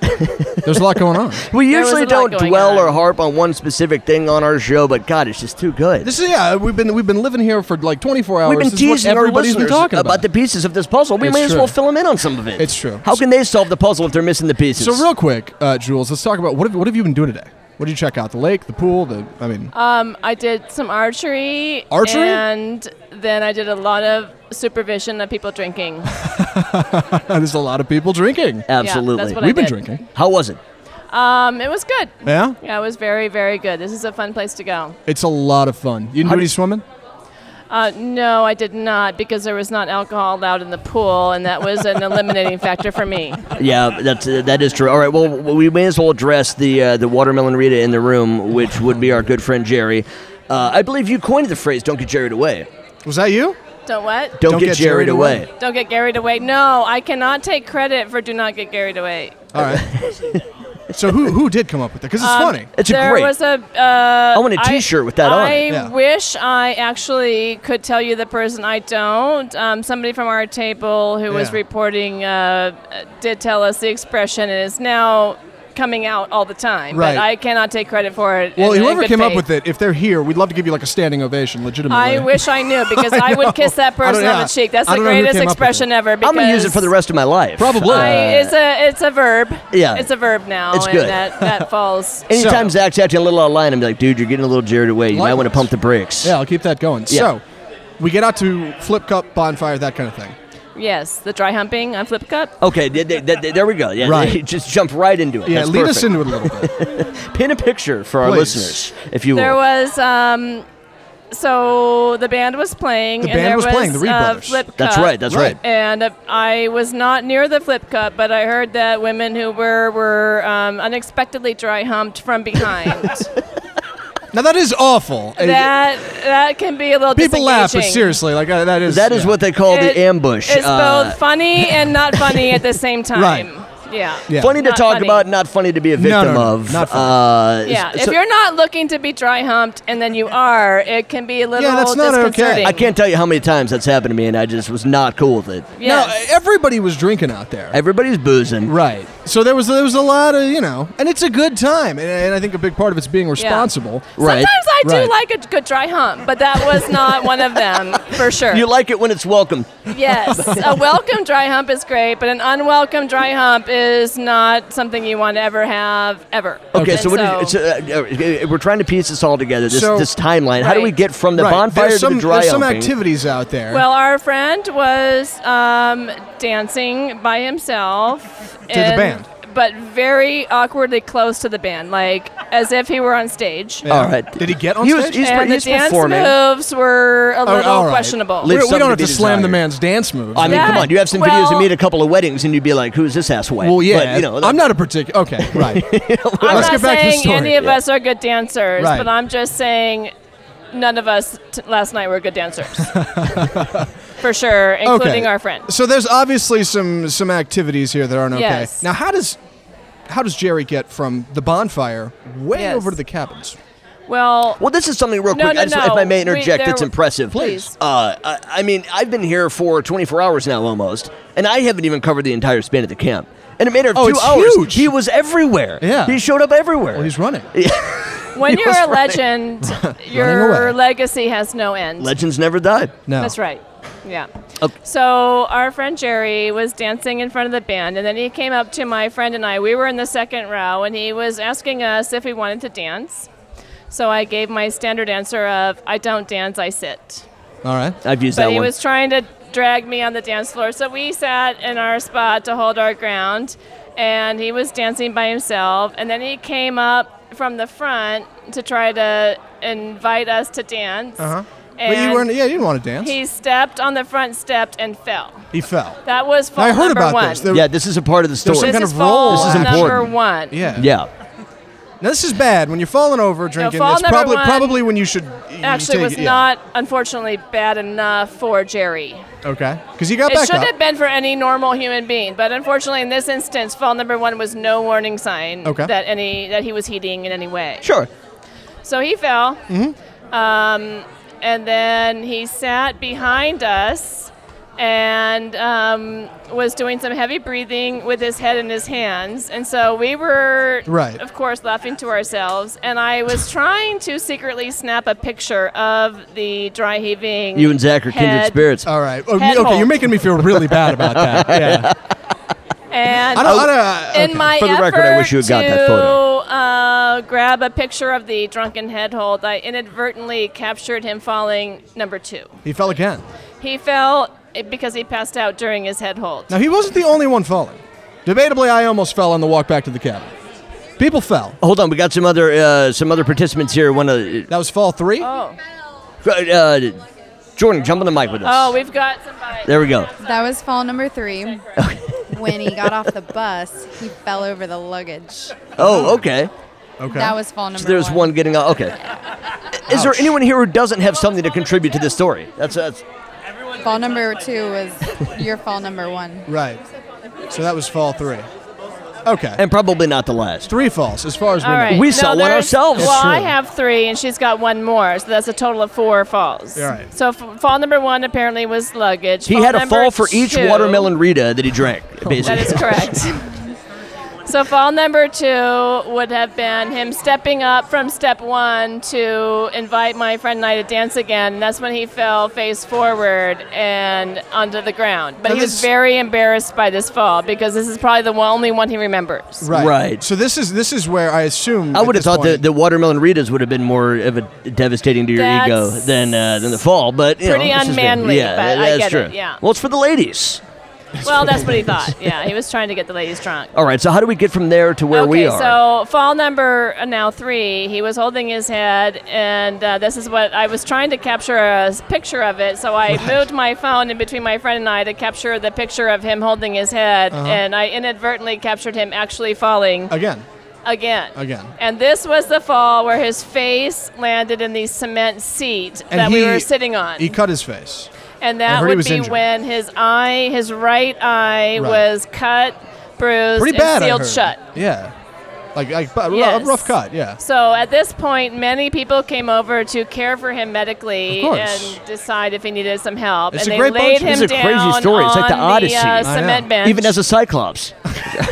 Speaker 4: There's a lot going on.
Speaker 3: We
Speaker 8: There was
Speaker 3: usually
Speaker 8: a lot
Speaker 3: don't
Speaker 8: going on.
Speaker 3: dwell or harp on one specific thing on our show, but God, it's just too good.
Speaker 4: This is yeah. We've been we've been living here for like 24 hours.
Speaker 3: We've been
Speaker 4: This is what
Speaker 3: teasing
Speaker 4: everybody's
Speaker 3: our
Speaker 4: been
Speaker 3: listeners
Speaker 4: talking about.
Speaker 3: the pieces of this puzzle. We
Speaker 4: It's
Speaker 3: may as well
Speaker 4: true.
Speaker 3: fill them in on some of it.
Speaker 4: It's true.
Speaker 3: How can they solve the puzzle if they're missing the pieces?
Speaker 4: so real quick, uh, Jules, let's talk about what have, what have you been doing today? What did you check out? The lake, the pool, the I mean,
Speaker 8: Um, I did some archery.
Speaker 4: Archery?
Speaker 8: And then I did a lot of supervision of people drinking. Yeah,
Speaker 4: there's a lot of people drinking.
Speaker 3: Absolutely.
Speaker 8: that's what I
Speaker 4: We've been
Speaker 8: did.
Speaker 4: drinking.
Speaker 3: How was it?
Speaker 8: Um, it was good.
Speaker 4: Yeah,
Speaker 8: Yeah, it was very, very good. This is a fun place to go.
Speaker 4: it's a lot of fun. You didn't do any swimming?
Speaker 8: Uh, no, I did not because there was not alcohol allowed in the pool, and that was an eliminating factor for me.
Speaker 3: Yeah, that's uh, that is true. All right, well, w- we may as well address the uh, the watermelon Rita in the room, which would be our good friend Jerry. Uh, I believe you coined the phrase "Don't get Jerried away."
Speaker 4: Was that you?
Speaker 8: Don't what?
Speaker 3: Don't, get, Jerried away.
Speaker 8: Don't get carried away. No, I cannot take credit for do not get carried away.
Speaker 4: All right. so who who did come up with that? Because it's funny.
Speaker 3: It's a
Speaker 8: there
Speaker 3: great.
Speaker 8: was a. Uh, I
Speaker 3: want a t-shirt with that on
Speaker 8: I
Speaker 3: it.
Speaker 4: Yeah.
Speaker 8: wish I actually could tell you the person. I don't. Um, somebody from our table who was
Speaker 4: Yeah.
Speaker 8: reporting uh, did tell us the expression, and is now coming out all the time.
Speaker 4: Right.
Speaker 8: But I cannot take credit for it.
Speaker 4: Well,
Speaker 8: in- in
Speaker 4: whoever
Speaker 8: good
Speaker 4: came up
Speaker 8: faith.
Speaker 4: with it, if they're here, we'd love to give you like a standing ovation, legitimately.
Speaker 8: I wish I knew because I,
Speaker 4: know.
Speaker 8: would kiss that
Speaker 4: I don't-
Speaker 8: person on
Speaker 4: yeah.
Speaker 8: the cheek. That's
Speaker 4: I
Speaker 8: the
Speaker 4: don't know who
Speaker 8: greatest
Speaker 4: came up with
Speaker 8: expression
Speaker 4: it.
Speaker 8: ever. Because
Speaker 3: I'm gonna use it for the rest of my life.
Speaker 4: Probably.
Speaker 8: I, it's a it's a verb.
Speaker 3: Yeah.
Speaker 8: it's a verb now,
Speaker 3: It's
Speaker 8: and
Speaker 3: good.
Speaker 8: that that falls.
Speaker 3: Anytime
Speaker 4: So-
Speaker 3: Zach's acting a little out of line, I'm like, dude, you're getting a little Jerried away. You might want to
Speaker 4: Likewise.
Speaker 3: pump the brakes.
Speaker 4: Yeah, I'll keep that going.
Speaker 3: Yeah.
Speaker 4: So, we get out to flip cup, bonfire, that kind of thing.
Speaker 8: Yes, the dry humping on Flip Cup.
Speaker 3: Okay, th- th- th- there we go. Yeah,
Speaker 4: Right.
Speaker 3: just jump right into it.
Speaker 4: Yeah,
Speaker 3: That's
Speaker 4: lead us
Speaker 3: perfect.
Speaker 4: into it a little bit.
Speaker 3: Pin a picture for our
Speaker 4: Please.
Speaker 3: listeners, if you will.
Speaker 8: There was um, so the band was playing.
Speaker 4: The
Speaker 8: and
Speaker 4: band
Speaker 8: there
Speaker 4: was playing, the Reed
Speaker 8: uh,
Speaker 4: Brothers.
Speaker 8: Flip
Speaker 3: That's
Speaker 8: Cup.
Speaker 3: right. That's right.
Speaker 4: Right.
Speaker 8: And uh, I was not near the flip cup, but I heard that women who were were um, unexpectedly dry humped from behind.
Speaker 4: now that is awful. Uh,
Speaker 8: that that can be a little
Speaker 4: people laugh, but
Speaker 8: disengaging.
Speaker 4: seriously, like uh, that is
Speaker 3: That is
Speaker 4: yeah.
Speaker 3: what they call
Speaker 8: It
Speaker 3: the ambush.
Speaker 8: It's
Speaker 3: Uh,
Speaker 8: both funny and not funny at the same time.
Speaker 4: Right.
Speaker 8: Yeah.
Speaker 4: Yeah.
Speaker 3: funny to
Speaker 8: Not
Speaker 3: talk
Speaker 8: funny.
Speaker 3: about, not funny to be a
Speaker 4: No, no,
Speaker 3: victim
Speaker 4: no,
Speaker 3: of.
Speaker 4: not
Speaker 3: uh,
Speaker 8: Yeah,
Speaker 3: so-
Speaker 8: if you're not looking to be dry humped and then you are, it can be a little
Speaker 4: that's not okay.
Speaker 8: disconcerting.
Speaker 3: I can't tell you how many times that's happened to me, and I just was not cool with it.
Speaker 8: Yes.
Speaker 4: Now everybody was drinking out there.
Speaker 3: Everybody's boozing.
Speaker 4: Right. So there was there was a lot of you know, and it's a good time, and, and I think a big part of it's being responsible.
Speaker 3: Right.
Speaker 8: Sometimes I do
Speaker 4: Right.
Speaker 8: like a good dry hump, but that was not one of them for sure.
Speaker 3: You like it when it's welcome.
Speaker 8: yes, a welcome dry hump is great, but an unwelcome dry hump is not something you want to ever have ever.
Speaker 3: Okay,
Speaker 8: And
Speaker 3: so what? Did, so, uh, uh, we're trying to piece this all together. This,
Speaker 4: So-
Speaker 3: this timeline. How do we
Speaker 8: Right.
Speaker 3: get from the
Speaker 4: Right.
Speaker 3: bonfire
Speaker 4: there's some,
Speaker 3: to the dry
Speaker 4: There's some
Speaker 3: humping?
Speaker 4: activities out there.
Speaker 8: well, our friend was um, dancing by himself to
Speaker 4: the band.
Speaker 8: but very awkwardly close to the band, like as if he were on stage.
Speaker 4: Yeah.
Speaker 3: All right.
Speaker 4: Did he get on
Speaker 3: He was-
Speaker 4: stage?
Speaker 3: he's-
Speaker 8: and the dance
Speaker 3: performing.
Speaker 8: moves were a
Speaker 4: Oh,
Speaker 8: little
Speaker 4: all right.
Speaker 8: questionable.
Speaker 4: We,
Speaker 3: Leave
Speaker 4: we
Speaker 3: something
Speaker 4: don't have
Speaker 3: to
Speaker 4: to
Speaker 3: be
Speaker 4: slam the
Speaker 3: desired.
Speaker 4: man's dance moves.
Speaker 3: I mean, come
Speaker 8: That-
Speaker 3: on. You have some videos of
Speaker 8: well-
Speaker 3: me at a couple of weddings, and you'd be like, "Who's this asswipe?"
Speaker 4: well, yeah,
Speaker 3: But, you know,
Speaker 4: I'm not a particular. Okay, right.
Speaker 8: I'm
Speaker 4: Let's
Speaker 8: not
Speaker 4: get back to the
Speaker 8: saying
Speaker 4: story.
Speaker 8: any of us are good dancers,
Speaker 4: Right.
Speaker 8: but I'm just saying none of us t- last night were good dancers. For sure, including our friend.
Speaker 4: So there's obviously some some activities here that aren't okay.
Speaker 8: Yes.
Speaker 4: Now, how does how does Jerry get from the bonfire way
Speaker 5: Yes.
Speaker 4: over to the cabins?
Speaker 8: Well,
Speaker 3: Well, this is something real
Speaker 8: No,
Speaker 3: quick.
Speaker 8: no,
Speaker 3: I just, If I may
Speaker 8: no. We-
Speaker 3: interject,
Speaker 8: there-
Speaker 3: it's impressive.
Speaker 8: Please.
Speaker 3: Uh, I, I mean, I've been here for 24 hours now almost, and I haven't even covered the entire span of the camp. In a matter of
Speaker 4: Oh,
Speaker 3: two
Speaker 4: it's
Speaker 3: hours,
Speaker 4: huge.
Speaker 3: he was everywhere.
Speaker 4: Yeah.
Speaker 3: He showed up everywhere.
Speaker 4: Well, he's running.
Speaker 8: when
Speaker 3: He
Speaker 8: you're
Speaker 3: was
Speaker 8: a
Speaker 3: running-
Speaker 8: legend,
Speaker 4: away.
Speaker 8: your legacy has no end.
Speaker 3: Legends never died.
Speaker 4: No.
Speaker 8: That's right. Yeah.
Speaker 3: Okay.
Speaker 8: So our friend Jerry was dancing in front of the band, and then he came up to my friend and I. We were in the second row, and he was asking us if we wanted to dance. So I gave my standard answer of, "I don't dance, I sit."
Speaker 4: All right.
Speaker 3: I've used
Speaker 8: But
Speaker 3: that
Speaker 8: he
Speaker 3: one.
Speaker 8: was trying to drag me on the dance floor, so we sat in our spot to hold our ground, and he was dancing by himself. And then he came up from the front to try to invite us to dance. Uh-huh.
Speaker 4: But you weren't. Yeah, you didn't want to dance.
Speaker 8: He stepped on the front step and fell.
Speaker 4: He fell.
Speaker 8: That was fault
Speaker 4: I heard
Speaker 8: number
Speaker 4: about
Speaker 8: one.
Speaker 4: this. There-
Speaker 3: yeah, this is a part of the
Speaker 4: There's
Speaker 8: this
Speaker 3: story.
Speaker 4: kind
Speaker 8: is
Speaker 4: of role.
Speaker 8: fault
Speaker 3: This is
Speaker 8: number
Speaker 3: important.
Speaker 8: one.
Speaker 4: Yeah.
Speaker 3: yeah.
Speaker 4: Now this is bad when you're falling over drinking.
Speaker 8: fall
Speaker 4: that's
Speaker 8: number
Speaker 4: probably
Speaker 8: one
Speaker 4: probably when you should. you
Speaker 8: Actually,
Speaker 4: take
Speaker 8: was
Speaker 4: it, yeah.
Speaker 8: not unfortunately bad enough for Jerry.
Speaker 4: Okay. Because you got
Speaker 8: It
Speaker 4: back
Speaker 8: should
Speaker 4: up.
Speaker 8: have been for any normal human being, but unfortunately, in this instance, fault number one was no warning sign
Speaker 4: Okay.
Speaker 8: that any that he was heeding in any way.
Speaker 3: Sure.
Speaker 8: So he fell,
Speaker 4: Mm-hmm.
Speaker 8: um, and then he sat behind us and um, was doing some heavy breathing with his head in his hands. And so we were,
Speaker 4: Right.
Speaker 8: of course, laughing to ourselves. And I was trying to secretly snap a picture of the dry heaving.
Speaker 3: You and Zach are kindred
Speaker 8: head,
Speaker 3: spirits.
Speaker 4: All right. Oh,
Speaker 8: Head
Speaker 4: okay. You're
Speaker 8: hold.
Speaker 4: making me feel really bad about that. Yeah.
Speaker 8: And
Speaker 4: I don't. I don't
Speaker 8: in my
Speaker 3: For the
Speaker 8: effort
Speaker 3: record, I wish you had got
Speaker 8: to
Speaker 3: that photo.
Speaker 8: Uh, grab a picture of the drunken head hold, I inadvertently captured him falling number two.
Speaker 4: he fell again.
Speaker 8: He fell because he passed out during his head hold.
Speaker 4: Now he wasn't the only one falling. Debatably, I almost fell on the walk back to the cabin. People fell.
Speaker 3: Hold on, we got some other uh, some other participants here. Want to
Speaker 4: That was fall three.
Speaker 8: Oh.
Speaker 3: uh, uh, Jordan jump on the mic with us?
Speaker 8: Oh, we've got somebody.
Speaker 3: There we go.
Speaker 9: That was fall number three. when he got off the bus, he fell over the luggage.
Speaker 3: Oh, okay.
Speaker 4: Okay.
Speaker 9: That was fall number
Speaker 3: So there's one getting out. Okay. Is there anyone here who doesn't have something to contribute to this story? That's that's.
Speaker 9: Fall number two was your fall number one.
Speaker 4: right. So that was fall three. Okay.
Speaker 3: and probably not the last.
Speaker 4: three falls, as far as we
Speaker 8: All
Speaker 4: know.
Speaker 8: right.
Speaker 3: We
Speaker 8: No,
Speaker 3: saw one
Speaker 8: there's-
Speaker 3: ourselves.
Speaker 8: Well,
Speaker 3: That's
Speaker 8: I
Speaker 4: true.
Speaker 8: have three, and she's got one more, so that's a total of four falls.
Speaker 4: All right.
Speaker 8: So f- fall number one apparently was luggage.
Speaker 3: He had a
Speaker 8: number
Speaker 3: fall for each
Speaker 8: two-
Speaker 3: watermelon Rita that he drank.
Speaker 8: That
Speaker 3: Basically.
Speaker 8: is correct. so fall number two would have been him stepping up from step one to invite my friend and I to dance again. And that's when he fell face forward and onto the ground. But
Speaker 4: Now
Speaker 8: he was
Speaker 4: this-
Speaker 8: very embarrassed by this fall because this is probably the only one he remembers.
Speaker 4: Right.
Speaker 3: Right.
Speaker 4: So this is this is where I assume.
Speaker 3: I
Speaker 4: at
Speaker 3: would
Speaker 4: this
Speaker 3: have thought
Speaker 4: point-
Speaker 3: that the watermelon Ritas would have been more of a devastating to your
Speaker 8: That's
Speaker 3: ego than uh, than the fall, but you know,
Speaker 8: pretty
Speaker 3: this has been-
Speaker 8: unmanly, but
Speaker 3: yeah, that-
Speaker 8: I
Speaker 3: that's
Speaker 8: get
Speaker 3: true.
Speaker 8: it, yeah.
Speaker 3: Well, it's for the ladies.
Speaker 8: Well, that's what he thought. Yeah, he was trying to get the ladies drunk.
Speaker 3: All right. So how do we get from there to where
Speaker 8: okay,
Speaker 3: we are?
Speaker 8: so fall number uh, now three, he was holding his head, and uh, this is what I was trying to capture a s- picture of it. So I moved my phone in between my friend and I to capture the picture of him holding his head,
Speaker 4: Uh-huh.
Speaker 8: and I inadvertently captured him actually falling
Speaker 4: again.
Speaker 8: again.
Speaker 4: again.
Speaker 8: And this was the fall where his face landed in the cement seat
Speaker 4: And
Speaker 8: that
Speaker 4: he-
Speaker 8: we were sitting on.
Speaker 4: He cut his face.
Speaker 8: And
Speaker 4: I
Speaker 8: that
Speaker 4: heard he
Speaker 8: would
Speaker 4: was
Speaker 8: be
Speaker 4: injured.
Speaker 8: when his eye, his right eye,
Speaker 4: Right.
Speaker 8: was cut, bruised,
Speaker 4: Pretty bad.
Speaker 8: and
Speaker 4: I
Speaker 8: sealed
Speaker 4: heard.
Speaker 8: shut.
Speaker 4: Yeah. Like like but a rough,
Speaker 8: Yes.
Speaker 4: rough cut. Yeah.
Speaker 8: So at this point, many people came over to care for him medically
Speaker 4: Of course.
Speaker 8: and decide if he needed some help.
Speaker 4: It's
Speaker 8: and
Speaker 4: a
Speaker 8: they
Speaker 4: great bunch.
Speaker 8: laid him
Speaker 3: This is a crazy
Speaker 8: down
Speaker 3: story. It's like the
Speaker 8: on
Speaker 3: Odyssey.
Speaker 8: uh,
Speaker 4: know.
Speaker 8: cement bench.
Speaker 3: Even as a cyclops.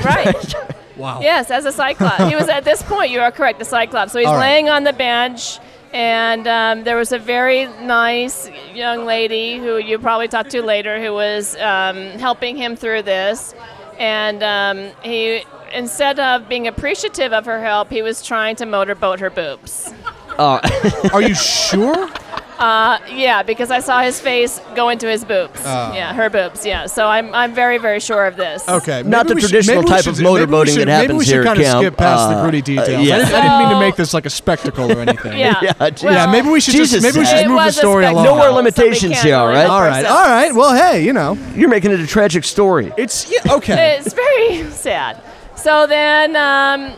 Speaker 8: right.
Speaker 4: Wow.
Speaker 8: Yes, as a cyclops. he was at this point. You are correct. The cyclops. So he's
Speaker 4: All right.
Speaker 8: laying on the bench, and um, there was a very nice young lady who you probably talked to later, who was um, helping him through this. And um, he, instead of being appreciative of her help, he was trying to motorboat her boobs.
Speaker 4: Are you sure?
Speaker 8: Yeah, because I saw his face go into his boobs. Yeah, her boobs. Yeah. So I'm, I'm very, very sure of this.
Speaker 4: Oh. Okay.
Speaker 3: Not
Speaker 4: maybe
Speaker 3: the
Speaker 4: we should-
Speaker 3: traditional
Speaker 4: maybe we
Speaker 3: type
Speaker 4: should-
Speaker 3: of
Speaker 4: maybe we
Speaker 3: motorboating
Speaker 4: should-
Speaker 3: that happens here
Speaker 4: Maybe we should
Speaker 3: at
Speaker 4: kind
Speaker 3: camp.
Speaker 4: of skip past
Speaker 3: Uh,
Speaker 4: the gritty details. I,
Speaker 3: yeah.
Speaker 4: didn't, I didn't mean to
Speaker 8: So-
Speaker 4: make this like a spectacle or anything.
Speaker 8: Yeah.
Speaker 3: Yeah, geez.
Speaker 4: Yeah,
Speaker 8: Well,
Speaker 4: maybe we should just
Speaker 3: Jesus,
Speaker 4: maybe we should
Speaker 3: Zach.
Speaker 4: just
Speaker 8: it
Speaker 4: move the
Speaker 8: was a
Speaker 4: story
Speaker 8: spectacle,
Speaker 4: along.
Speaker 3: No more
Speaker 8: so we
Speaker 3: limitations
Speaker 8: can't
Speaker 3: here, all
Speaker 8: really
Speaker 3: right?
Speaker 8: help
Speaker 4: All right,
Speaker 8: ourselves.
Speaker 4: all right. Well, hey, you know,
Speaker 3: You're making it a tragic story.
Speaker 4: it's yeah, okay.
Speaker 8: It's very sad. So then um,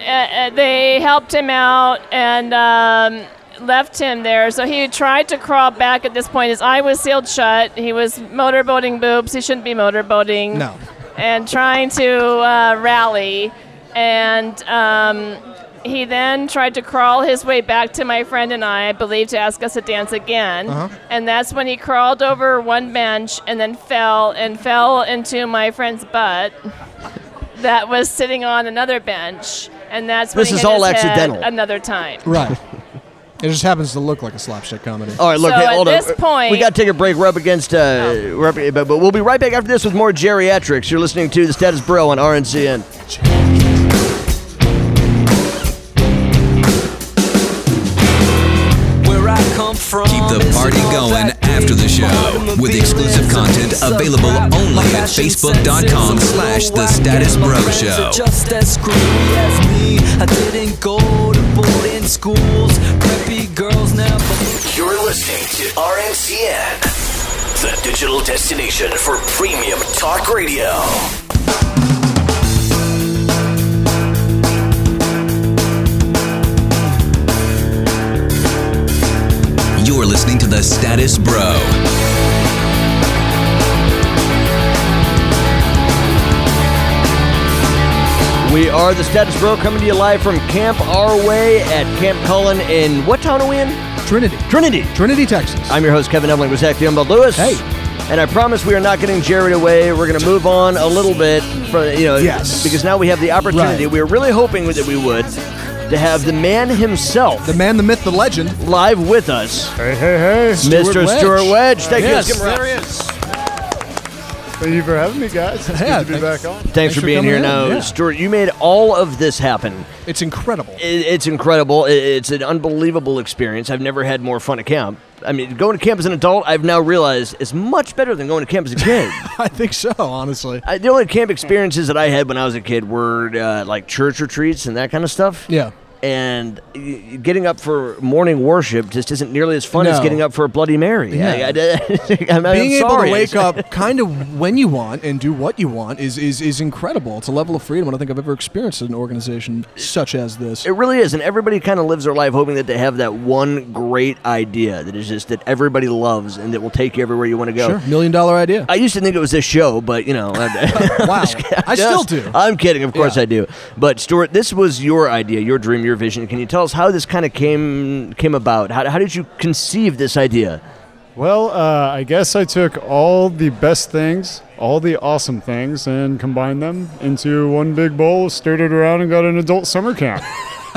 Speaker 8: uh, uh, they helped him out and um, left him there. So he tried to crawl back at this point. His eye was sealed shut. He was motorboating boobs. He shouldn't be motorboating.
Speaker 4: no,
Speaker 8: and trying to uh, rally. And um, he then tried to crawl his way back to my friend and I, I believe, to ask us to dance again.
Speaker 3: Uh-huh.
Speaker 8: And that's when he crawled over one bench and then fell and fell into my friend's butt that was sitting on another bench. And that's when
Speaker 3: This
Speaker 8: he
Speaker 3: is
Speaker 8: hit
Speaker 3: all
Speaker 8: his head
Speaker 3: accidental.
Speaker 8: another time.
Speaker 4: Right. it just happens to look like a slapshot comedy.
Speaker 3: All right, look,
Speaker 8: So
Speaker 3: hey,
Speaker 8: at
Speaker 3: hold
Speaker 8: this
Speaker 3: on.
Speaker 8: point-
Speaker 3: we got to take a break. We're up against, uh, we're up, but, but we'll be right back after this with more geriatrics. You're listening to the Status Bro on RNCN.
Speaker 1: Keep the party going after the show with exclusive content available only at facebook.com slash the status bro show.
Speaker 10: Just as screwy as me. I didn't go to boarding schools. Preppy girls never.
Speaker 11: You're listening to RNCN, the digital destination for premium talk radio.
Speaker 1: You're listening to the status bro.
Speaker 3: We are the Status Bro coming to you live from Camp Our Way at Camp Cullen in what town are we in?
Speaker 4: Trinity.
Speaker 3: Trinity.
Speaker 4: Trinity, Texas.
Speaker 3: I'm your host, Kevin Ebling, with Zach the Humboldt Lewis.
Speaker 4: Hey.
Speaker 3: And I promise we are not getting Jared away. We're going to move on a little bit, from, you know,
Speaker 4: Yes.
Speaker 3: because now we have the opportunity.
Speaker 4: Right.
Speaker 3: We were really hoping that we would to have the man himself
Speaker 4: the man, the myth, the legend.
Speaker 3: live with us,
Speaker 12: Hey, hey, hey.
Speaker 3: Mr. Stuart Wedge. Thank
Speaker 4: Yes.
Speaker 3: you. Let's give him a round.
Speaker 12: Thank you for having me, guys. It's
Speaker 4: Yeah,
Speaker 12: good to be
Speaker 4: thanks.
Speaker 12: back on.
Speaker 3: Thanks, for, being
Speaker 4: coming
Speaker 3: here.
Speaker 4: in,
Speaker 3: Now,
Speaker 4: yeah.
Speaker 3: Stuart, you made all of this happen.
Speaker 4: It's incredible.
Speaker 3: It, it's incredible. It, it's an unbelievable experience. I've never had more fun at camp. I mean, going to camp as an adult, I've now realized is much better than going to camp as a kid.
Speaker 4: I think so, honestly.
Speaker 3: I, the only camp experiences that I had when I was a kid were uh, like church retreats and that kind of stuff.
Speaker 4: Yeah.
Speaker 3: And y- y- getting up for morning worship just isn't nearly as fun as
Speaker 4: No.
Speaker 3: getting up for a Bloody Mary.
Speaker 4: Yeah.
Speaker 3: I, am
Speaker 4: Being able to wake up kind of when you want and do what you want is, is, is incredible. It's a level of freedom I don't think I've ever experienced in an organization such as this.
Speaker 3: It really is, and everybody kind of lives their life hoping that they have that one great idea that is just that everybody loves and that will take you everywhere you want to go.
Speaker 4: Sure, million dollar idea.
Speaker 3: I used to think it was this show, but you know, I,
Speaker 4: wow. I still do.
Speaker 3: I'm kidding, of course
Speaker 4: Yeah.
Speaker 3: I do. But Stuart, this was your idea, your dream, your vision. Can you tell us how this kind of came came about? How, how did you conceive this idea?
Speaker 12: Well, uh, I guess I took all the best things, all the awesome things, and combined them into one big bowl, stirred it around, and got an adult summer camp.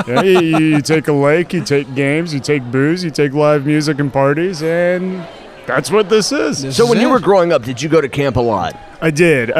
Speaker 12: yeah, you, you take a lake, you take games, you take booze, you take live music and parties, and that's what this is.
Speaker 3: Uh, So
Speaker 4: is
Speaker 3: when you
Speaker 4: it.
Speaker 3: were growing up, did you go to camp a lot?
Speaker 12: I did. Uh,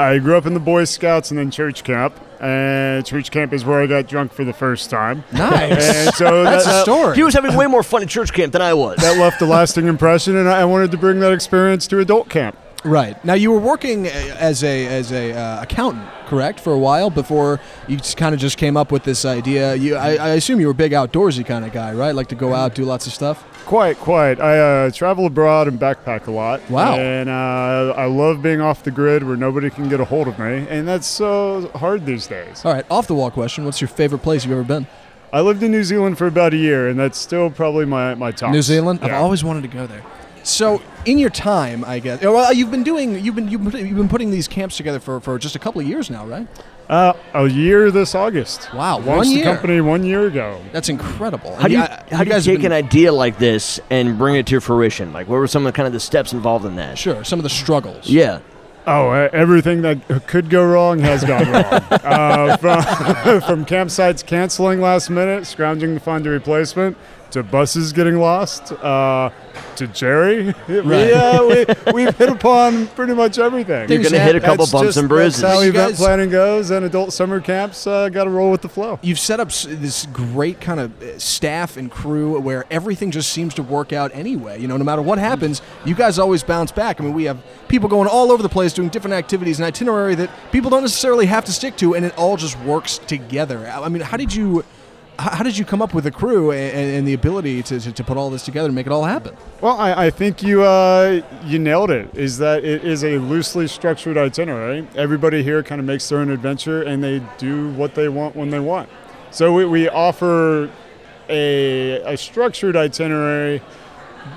Speaker 12: I grew up in the Boy Scouts and then church camp. Uh, church camp is where I got drunk for the first time.
Speaker 4: Nice.
Speaker 12: And so
Speaker 3: uh,
Speaker 4: That's a
Speaker 12: that,
Speaker 4: story.
Speaker 3: He was having way more fun at church camp than I was.
Speaker 12: that left a lasting impression, and I I wanted to bring that experience to adult camp.
Speaker 4: Right now, you were working uh, as a as a uh, accountant, correct, for a while before you kind of just came up with this idea. You, I, I assume you were a big outdoorsy kind of guy, right? Like to go out, do lots of stuff.
Speaker 12: Quite, quite. I uh, travel abroad and backpack a lot.
Speaker 4: Wow.
Speaker 12: And uh, I love being off the grid where nobody can get a hold of me, and that's so hard these days.
Speaker 4: All right, off the wall question. What's your favorite place you've ever been?
Speaker 12: I lived in New Zealand for about a year, and that's still probably my, my top.
Speaker 4: New Zealand. I've
Speaker 12: Yeah.
Speaker 4: always wanted to go there. So, in your time, I guess. oh, Well, you've been doing. You've been you've been, you've been putting these camps together for, for just a couple of years now, right?
Speaker 12: Uh, a year this August.
Speaker 4: Wow,
Speaker 12: Launched
Speaker 4: one
Speaker 12: the
Speaker 4: year.
Speaker 12: company one year ago.
Speaker 4: That's incredible.
Speaker 3: How do you, how do you take
Speaker 4: an
Speaker 3: an idea like this and bring it to fruition? Like, what were some of the kind of the steps involved in that?
Speaker 4: Sure, some of the struggles.
Speaker 3: Yeah.
Speaker 12: Oh, uh, everything that could go wrong has gone wrong. uh, from, from campsites canceling last minute, scrounging to find a replacement, to buses getting lost, uh, to Jerry. We, uh, we, we've hit upon pretty much everything.
Speaker 3: You're
Speaker 4: Things
Speaker 3: going to hit a
Speaker 4: that-
Speaker 3: couple
Speaker 12: That's
Speaker 3: bumps
Speaker 12: just-
Speaker 3: and bruises.
Speaker 12: That's how
Speaker 4: You
Speaker 12: event
Speaker 4: guys-
Speaker 12: planning goes, and adult summer camps uh, got to roll with the flow.
Speaker 4: You've set up s- this great kind of uh, staff and crew where everything just seems to work out anyway. You know, no matter what happens, you guys always bounce back. I mean, we have people going all over the place doing different activities and itinerary that people don't necessarily have to stick to, and it all just works together. I I mean, how did you? h- How did you come up with the crew a- and, and the ability to, to, to put all this together and make it all happen?
Speaker 12: Well, I, I think you uh, you nailed it. Is that it is a loosely structured itinerary. Everybody here kind of makes their own adventure, and they do what they want when they want. So we, we offer a, a structured itinerary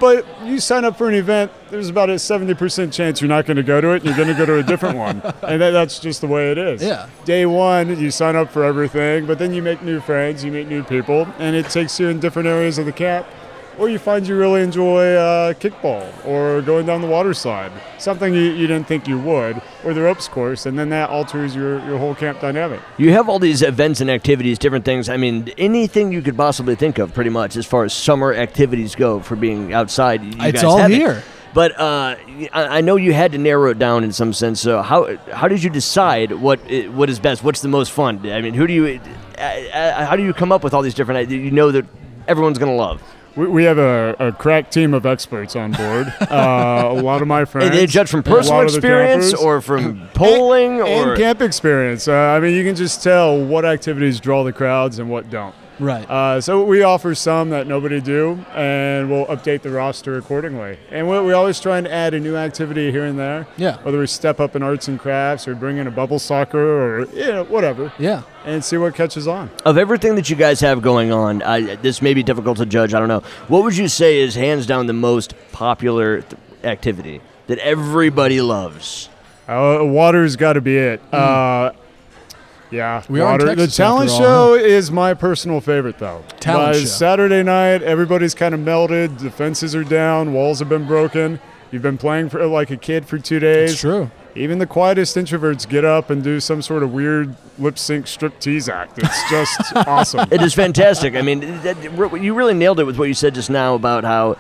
Speaker 12: But you sign up for an event, there's about a 70% chance you're not going to go to it. You're going to go to a different one. And that, that's just the way it is.
Speaker 4: Yeah.
Speaker 12: Day one, you sign up for everything, but then you make new friends, you meet new people, and it takes you in different areas of the camp. Or you find you really enjoy uh, kickball or going down the water slide, something you, you didn't think you would, or the ropes course, and then that alters your, your whole camp dynamic.
Speaker 3: You have all these events and activities, different things. I mean, anything you could possibly think of, pretty much, as far as summer activities go for being outside. You
Speaker 4: It's
Speaker 3: guys
Speaker 4: all
Speaker 3: have it.
Speaker 4: here.
Speaker 3: But uh, I, I know you had to narrow it down in some sense. So how how did you decide what i- what is best? What's the most fun? I mean, who do you? Uh, uh, how do you come up with all these different? ideas You know that everyone's gonna love.
Speaker 12: We, we have a, a crack team of experts on board. Uh, a lot of my friends.
Speaker 3: And they judge from
Speaker 12: a lot
Speaker 3: personal
Speaker 12: of the
Speaker 3: experience
Speaker 12: campers.
Speaker 3: or from polling
Speaker 12: and
Speaker 3: or
Speaker 12: camp experience. Uh, I mean, you can just tell what activities draw the crowds and what don't.
Speaker 4: Right.
Speaker 12: Uh, so we offer some that nobody do, and we'll update the roster accordingly. And we, we always try and add a new activity here and there.
Speaker 4: Yeah.
Speaker 12: Whether we step up in arts and crafts or bring in a bubble soccer or you know, whatever.
Speaker 4: Yeah.
Speaker 12: And see what catches on.
Speaker 3: Of everything that you guys have going on, I, this may be difficult to judge. I don't know. What would you say is hands down the most popular th- activity that everybody loves?
Speaker 12: Uh, water's got to be it. Uh, yeah,
Speaker 4: Hmm. We are in
Speaker 12: water.
Speaker 4: Texas
Speaker 12: the talent
Speaker 4: after
Speaker 12: show
Speaker 4: all,
Speaker 12: is my personal favorite, though.
Speaker 4: Talent
Speaker 12: By
Speaker 4: show.
Speaker 12: Saturday night, everybody's kind of melted. The fences are down. Walls have been broken. You've been playing for like a kid for two days.
Speaker 4: It's true.
Speaker 12: Even the quietest introverts get up and do some sort of weird lip sync strip tease act. It's just awesome.
Speaker 3: It is fantastic. I mean, that, you really nailed it with what you said just now about how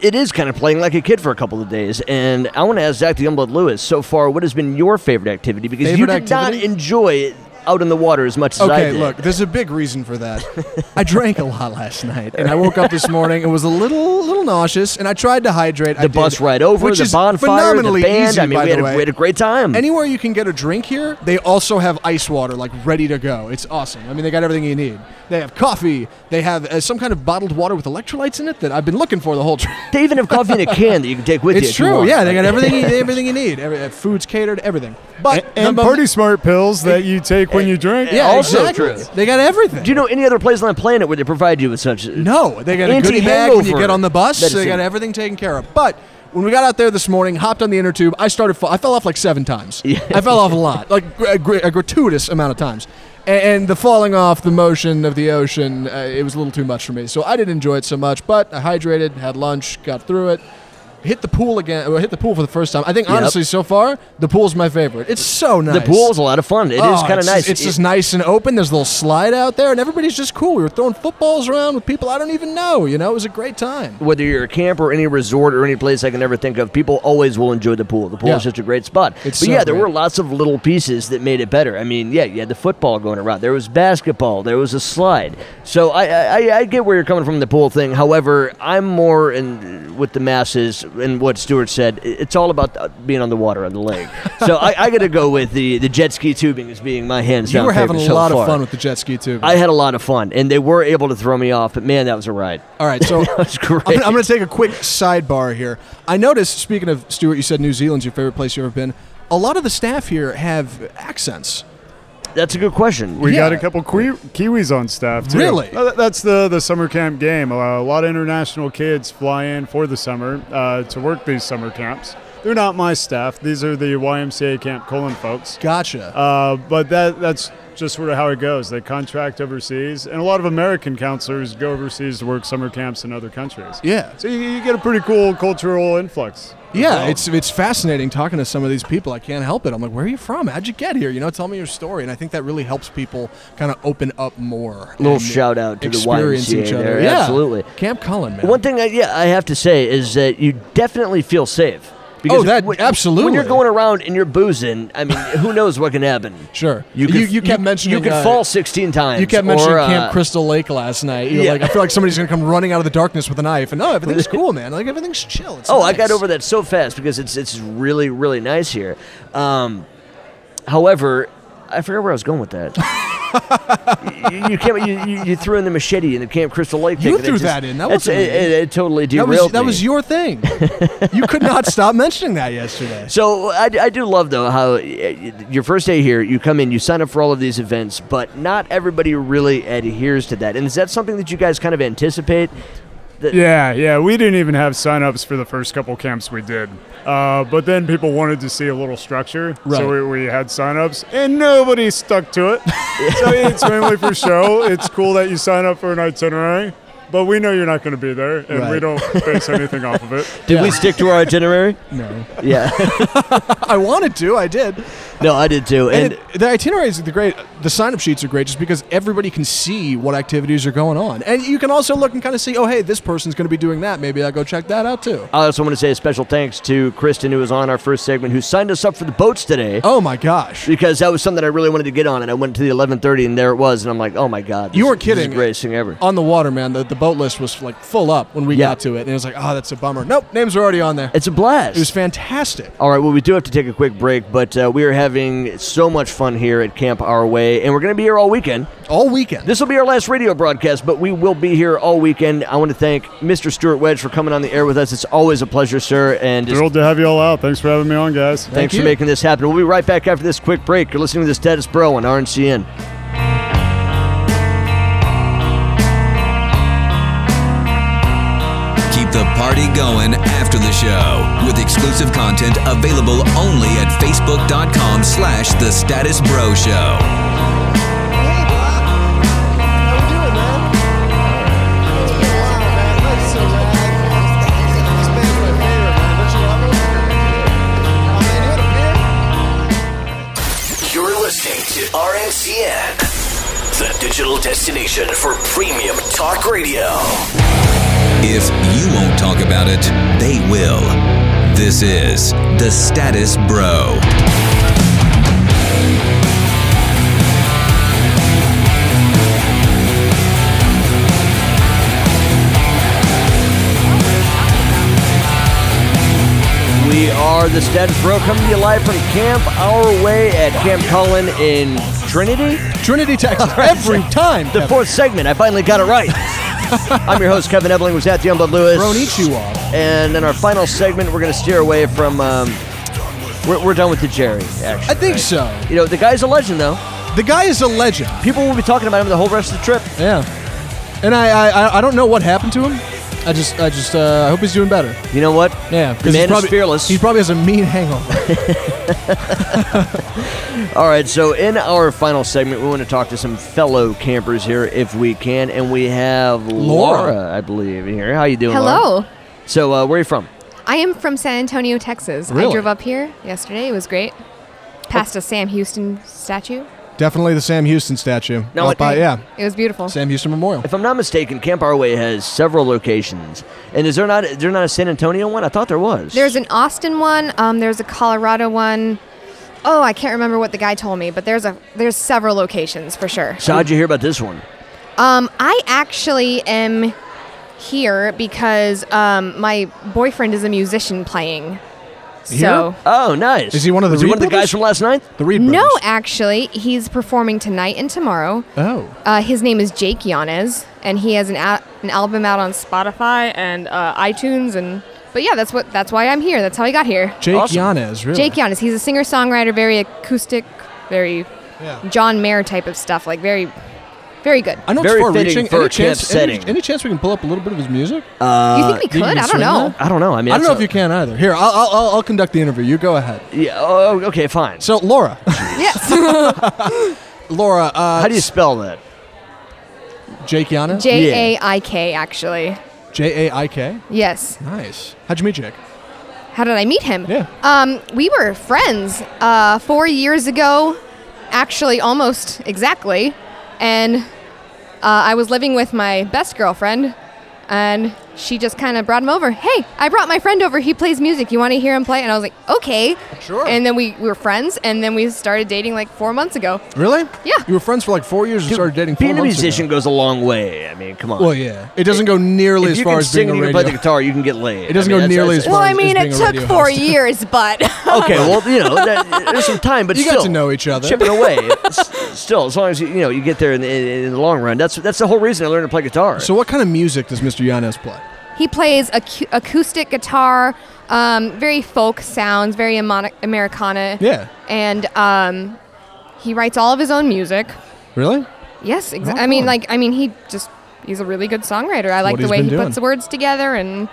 Speaker 3: it is kind of playing like a kid for a couple of days. And I want to ask Zach the Youngblood Lewis so far, what has been your favorite activity? Because you
Speaker 4: Favorite
Speaker 3: did not enjoy it out in the water as much as I
Speaker 4: Okay,
Speaker 3: did.
Speaker 4: look, there's a big reason for that. I drank a lot last night, and I woke up this morning and was a little, little nauseous, and I tried to hydrate. I
Speaker 3: The bus
Speaker 4: did,
Speaker 3: ride over,
Speaker 4: which
Speaker 3: the
Speaker 4: is
Speaker 3: bonfire, the
Speaker 4: phenomenally
Speaker 3: band.
Speaker 4: Easy,
Speaker 3: I mean,
Speaker 4: by
Speaker 3: we
Speaker 4: the
Speaker 3: had a-
Speaker 4: way.
Speaker 3: we had a great time.
Speaker 4: Anywhere you can get a drink here, they also have ice water, like ready to go. It's awesome. I mean, they got everything you need. They have coffee. They have uh, some kind of bottled water with electrolytes in it that I've been looking for the whole trip.
Speaker 3: They even have coffee in a can that you can take with
Speaker 4: it's
Speaker 3: you. if you
Speaker 4: true.
Speaker 3: want.
Speaker 4: yeah, they got everything, you- everything you need. Every, uh, food's catered, everything. But
Speaker 12: and
Speaker 4: the-
Speaker 12: party smart pills that you take when you drink.
Speaker 4: Yeah, exactly. They got everything.
Speaker 3: Do you know any other place on the planet where they provide you with such? uh,
Speaker 4: No, they got a goodie bag when you get on the bus. They got
Speaker 3: medicine.
Speaker 4: everything taken care of. But when we got out there this morning, hopped on the inner tube, I started. Fall, I fell off like seven times. I fell off a lot, like gr- a, gr- a gratuitous amount of times. A- And the falling off, the motion of the ocean, uh, it was a little too much for me. So I didn't enjoy it so much. But I hydrated, had lunch, got through it. Hit the pool again. Well, hit the pool for the first time. I think
Speaker 3: Yep.
Speaker 4: honestly, so far, the pool's my favorite. It's so nice.
Speaker 3: The pool's a lot of fun. It is
Speaker 4: Oh,
Speaker 3: kind of
Speaker 4: it's
Speaker 3: nice.
Speaker 4: just- It's
Speaker 3: It-
Speaker 4: just nice and open. There's a little slide out there, and everybody's just cool. We were throwing footballs around with people I don't even know. You know, it was a great time.
Speaker 3: whether you're a camp or any resort or any place I can ever think of, people always will enjoy the pool. The pool
Speaker 4: Yeah.
Speaker 3: is such a great spot.
Speaker 4: It's
Speaker 3: but
Speaker 4: so
Speaker 3: yeah, there
Speaker 4: great.
Speaker 3: were lots of little pieces that made it better. I mean, yeah, you had the football going around. There was basketball. There was a slide. So I I, I- I get where you're coming from the pool thing. However, I'm more in with the masses and what Stuart said. i- It's all about uh, being on the water on the lake. so I, I got to go with the the jet ski tubing as being my hands
Speaker 4: You
Speaker 3: down
Speaker 4: were having a
Speaker 3: favorite so
Speaker 4: lot
Speaker 3: far.
Speaker 4: of fun with the jet ski too.
Speaker 3: I had a lot of fun, and they were able to throw me off. But man, that was a ride.
Speaker 4: All right, so
Speaker 3: that was great.
Speaker 4: I'm, gonna- I'm going to take a quick sidebar here. I noticed, speaking of Stuart, you said New Zealand's your favorite place you've ever been. A lot of the staff here have accents.
Speaker 3: That's a good question.
Speaker 12: We
Speaker 4: Yeah.
Speaker 12: got a couple Kiwi- Kiwis on staff too.
Speaker 4: Really?
Speaker 12: Uh, th- That's the the summer camp game. Uh, a lot of international kids fly in for the summer uh, to work these summer camps. They're not my staff. These are the YMCA Camp Colon folks.
Speaker 4: Gotcha.
Speaker 12: Uh, but that that's just sort of how it goes. They contract overseas, and a lot of American counselors go overseas to work summer camps in other countries.
Speaker 4: Yeah.
Speaker 12: So you, you get a pretty cool cultural influx.
Speaker 4: Yeah, it's it's fascinating talking to some of these people. I can't help it. I'm like, where are you from? How'd you get here? You know, tell me your story. And I think that really helps people kind of open up more.
Speaker 3: Little
Speaker 4: and
Speaker 3: shout out to the
Speaker 4: experience
Speaker 3: YMCA
Speaker 4: each other.
Speaker 3: there,
Speaker 4: Yeah.
Speaker 3: absolutely.
Speaker 4: Camp Cullen, man.
Speaker 3: One thing, I, yeah, I have to say is that you definitely feel safe.
Speaker 4: Oh, that-
Speaker 3: When you're
Speaker 4: absolutely.
Speaker 3: going around and you're boozing, I mean, who knows what can happen?
Speaker 4: Sure.
Speaker 3: You
Speaker 4: You-
Speaker 3: could-
Speaker 4: you kept mentioning,
Speaker 3: you could
Speaker 4: uh,
Speaker 3: fall 16 times.
Speaker 4: You kept mentioning
Speaker 3: or, uh,
Speaker 4: Camp Crystal Lake last night. You're
Speaker 3: yeah.
Speaker 4: like, I feel like somebody's gonna come running out of the darkness with a knife. And no, everything's cool, man. Like everything's chill. It's
Speaker 3: oh, I
Speaker 4: nice.
Speaker 3: got over that so fast because it's it's really really nice here. Um, however, I forgot where I was going with that. you, you, came, you, you you threw in the machete in the Camp Crystal Lake.
Speaker 4: You
Speaker 3: thing, and it
Speaker 4: threw
Speaker 3: just-
Speaker 4: that in. That
Speaker 3: that's-
Speaker 4: wasn't
Speaker 3: it,
Speaker 4: me.
Speaker 3: it, it totally
Speaker 4: That
Speaker 3: derailed
Speaker 4: was, that
Speaker 3: me.
Speaker 4: was your thing. you could not stop mentioning that yesterday.
Speaker 3: So I, I do love though how uh, your first day here, you come in, you sign up for all of these events, but not everybody really adheres to that. And is that something that you guys kind of anticipate? That-
Speaker 12: yeah, yeah. We didn't even have signups for the first couple camps we did. Uh, but then people wanted to see a little structure.
Speaker 4: Right.
Speaker 12: So we, we had signups, and nobody stuck to it. so it's mainly for show. It's cool that you sign up for an itinerary, but we know you're not going to be there, and we
Speaker 3: Right.
Speaker 12: don't base anything off of it.
Speaker 3: Did we stick to our itinerary?
Speaker 4: No.
Speaker 3: Yeah.
Speaker 4: I wanted to. I did.
Speaker 3: No, I did too.
Speaker 4: And,
Speaker 3: And,
Speaker 4: it- the itineraries are the great. The sign-up sheets are great, just because everybody can see what activities are going on, and you can also look and kind of see, oh, hey, this person's going to be doing that. Maybe I go check that out too.
Speaker 3: I also want to say a special thanks to Kristen, who was on our first segment, who signed us up for the boats today.
Speaker 4: Oh my gosh!
Speaker 3: Because that was something I really wanted to get on, and I went to the 11:30, and there it was, and I'm like, oh my god,
Speaker 4: You
Speaker 3: this-
Speaker 4: were
Speaker 3: This is
Speaker 4: kidding. Oh.
Speaker 3: the greatest thing ever.
Speaker 4: On the water, man. The, the boat list was like full up when we
Speaker 3: Yeah.
Speaker 4: got to it, and it was like, oh, that's a bummer. Nope, names are already on there.
Speaker 3: It's a blast.
Speaker 4: It was fantastic.
Speaker 3: All right, well, we do have to take a quick break, but uh, we are having so much fun here at Camp Our Way, and we're going to be here all weekend.
Speaker 4: All weekend.
Speaker 3: This will be our last radio broadcast, but we will be here all weekend. I want to thank Mr. Stuart Wedge for coming on the air with us. It's always a pleasure, sir. And just
Speaker 12: Thrilled to have you all out. Thanks for having me on, guys.
Speaker 3: thanks for making this happen. We'll be right back after this quick break. You're listening to the Status Bro on RNCN.
Speaker 1: Keep the party going after the show with exclusive content available only at facebook.com slash the status bro show.
Speaker 11: You're listening to RNCN, the digital destination for premium talk radio.
Speaker 1: If you won't talk about it, they will. This is the status bro.
Speaker 3: We are the Status Bro coming to you live from Camp Our Way at Camp Cullen in Trinity.
Speaker 4: Trinity, Texas. Every time.
Speaker 3: The fourth segment. I finally got it right. I'm your host, Kevin Ebling. Was at the Youngblood Lewis.
Speaker 4: Konnichiwa.
Speaker 3: And in our final segment, we're going to steer away from. Um, we're, we're done with the Jerry, actually.
Speaker 4: I think
Speaker 3: right?
Speaker 4: so.
Speaker 3: You know, the guy's a legend, though.
Speaker 4: The guy is a legend.
Speaker 3: People will be talking about him the whole rest of the trip.
Speaker 4: Yeah. And I, I- I, I don't know what happened to him. I just, I just, uh, I hope he's doing better.
Speaker 3: You know what?
Speaker 4: Yeah,
Speaker 3: The
Speaker 4: 'cause
Speaker 3: man
Speaker 4: he's probably,
Speaker 3: is fearless.
Speaker 4: He probably has a mean hangover.
Speaker 3: All right, so in our final segment, we want to talk to some fellow campers here if we can, and we have Laura,
Speaker 9: Laura.
Speaker 3: I believe, here. How you doing?
Speaker 9: Hello.
Speaker 3: Laura? So, uh, where are you from?
Speaker 9: I am from San Antonio, Texas. I
Speaker 3: Really?
Speaker 9: drove up here yesterday. It was great. Past a Sam Houston statue.
Speaker 4: Definitely the Sam Houston statue.
Speaker 3: No,
Speaker 4: Out
Speaker 3: it-
Speaker 4: by, Uh, yeah.
Speaker 9: It was beautiful.
Speaker 4: Sam Houston Memorial.
Speaker 3: If I'm not mistaken, Camp Our Way has several locations, and is there not is there not a San Antonio one? I thought there was.
Speaker 9: There's an Austin one. Um, there's a Colorado one. Oh, I can't remember what the guy told me, but there's a there's several locations for sure.
Speaker 3: So how'd you hear about this one?
Speaker 9: Um, I actually am here because um, my boyfriend is a musician playing. So
Speaker 3: Oh, nice.
Speaker 4: Is he one of the
Speaker 3: Was he
Speaker 4: Reed
Speaker 3: one of the
Speaker 4: brothers?
Speaker 3: guys from last night?
Speaker 4: The Reed
Speaker 9: no, actually, he's performing tonight and tomorrow.
Speaker 4: Oh.
Speaker 9: Uh, his name is Jake Yanez, and he has an a- an album out on Spotify and uh, iTunes. And but yeah, that's what that's why I'm here. That's how I got here.
Speaker 4: Jake Yanez, really.
Speaker 9: Jake Yanez. He's a singer songwriter, very acoustic, very John Mayer type of stuff. Like very, very good.
Speaker 4: I know
Speaker 3: Very
Speaker 4: it's far
Speaker 3: fitting
Speaker 4: reaching.
Speaker 3: for
Speaker 4: any,
Speaker 3: a
Speaker 4: chance,
Speaker 3: camp
Speaker 4: any-
Speaker 3: setting.
Speaker 4: Any, chance we can pull up a little bit of his music?
Speaker 3: Uh,
Speaker 9: You think we could? I don't know.
Speaker 3: I don't know. I mean,
Speaker 4: I don't
Speaker 3: that's
Speaker 4: know
Speaker 3: a-
Speaker 4: if you can either. Here, I'll, I'll, I'll- I'll conduct the interview. You go ahead.
Speaker 3: Yeah. Oh, okay. Fine.
Speaker 4: So, Laura.
Speaker 9: Yes.
Speaker 4: Laura. Uh,
Speaker 3: How do you spell that?
Speaker 4: Jake Yanez?
Speaker 9: J A I K actually.
Speaker 4: J A I K?
Speaker 9: Yes.
Speaker 4: Nice. How'd you meet Jake?
Speaker 9: How did I meet him?
Speaker 4: Yeah.
Speaker 9: Um, we were friends uh, four years ago, actually, almost exactly. And uh, I was living with my best girlfriend, and she just kind of brought him over. Hey, I brought my friend over. He plays music. You want to hear him play? And I was like, okay. Sure. And then we, we were friends, and then we started dating like four months ago.
Speaker 4: Really?
Speaker 9: Yeah.
Speaker 4: You were friends for like four years and started dating four
Speaker 3: Being a
Speaker 4: months ago.
Speaker 3: musician goes a long way. I mean, come on.
Speaker 4: Well, yeah. It doesn't go nearly
Speaker 3: If
Speaker 4: as
Speaker 3: you
Speaker 4: far
Speaker 3: can
Speaker 4: as
Speaker 3: sing
Speaker 4: being a
Speaker 3: and you can
Speaker 4: radio.
Speaker 3: play the guitar, you can get laid.
Speaker 4: It doesn't go nearly as
Speaker 9: Well,
Speaker 4: far
Speaker 9: I
Speaker 4: as-
Speaker 9: mean,
Speaker 4: as
Speaker 9: it
Speaker 4: being a
Speaker 9: took
Speaker 4: radio
Speaker 9: four
Speaker 4: host.
Speaker 9: years, but
Speaker 3: Okay, well, you know, that, there's some time, but
Speaker 4: You got
Speaker 3: still,
Speaker 4: to know each other.
Speaker 3: Chipping away, S- still, as long as you, you know you get there in the, in, in the long run. That's that's the whole reason I learned to play guitar.
Speaker 4: So, what kind of music does Mr. Yanez play?
Speaker 9: He plays acu- acoustic guitar, um, very folk sounds, very Amon- Americana.
Speaker 4: Yeah.
Speaker 9: And um, he writes all of his own music.
Speaker 4: Really?
Speaker 9: Yes,
Speaker 4: Oh,
Speaker 9: exactly. I mean,
Speaker 4: cool.
Speaker 9: like, I mean, he just he's a really good songwriter. I like
Speaker 4: Oh. what
Speaker 9: the
Speaker 4: he's
Speaker 9: way
Speaker 4: been
Speaker 9: he
Speaker 4: doing.
Speaker 9: puts the words together, and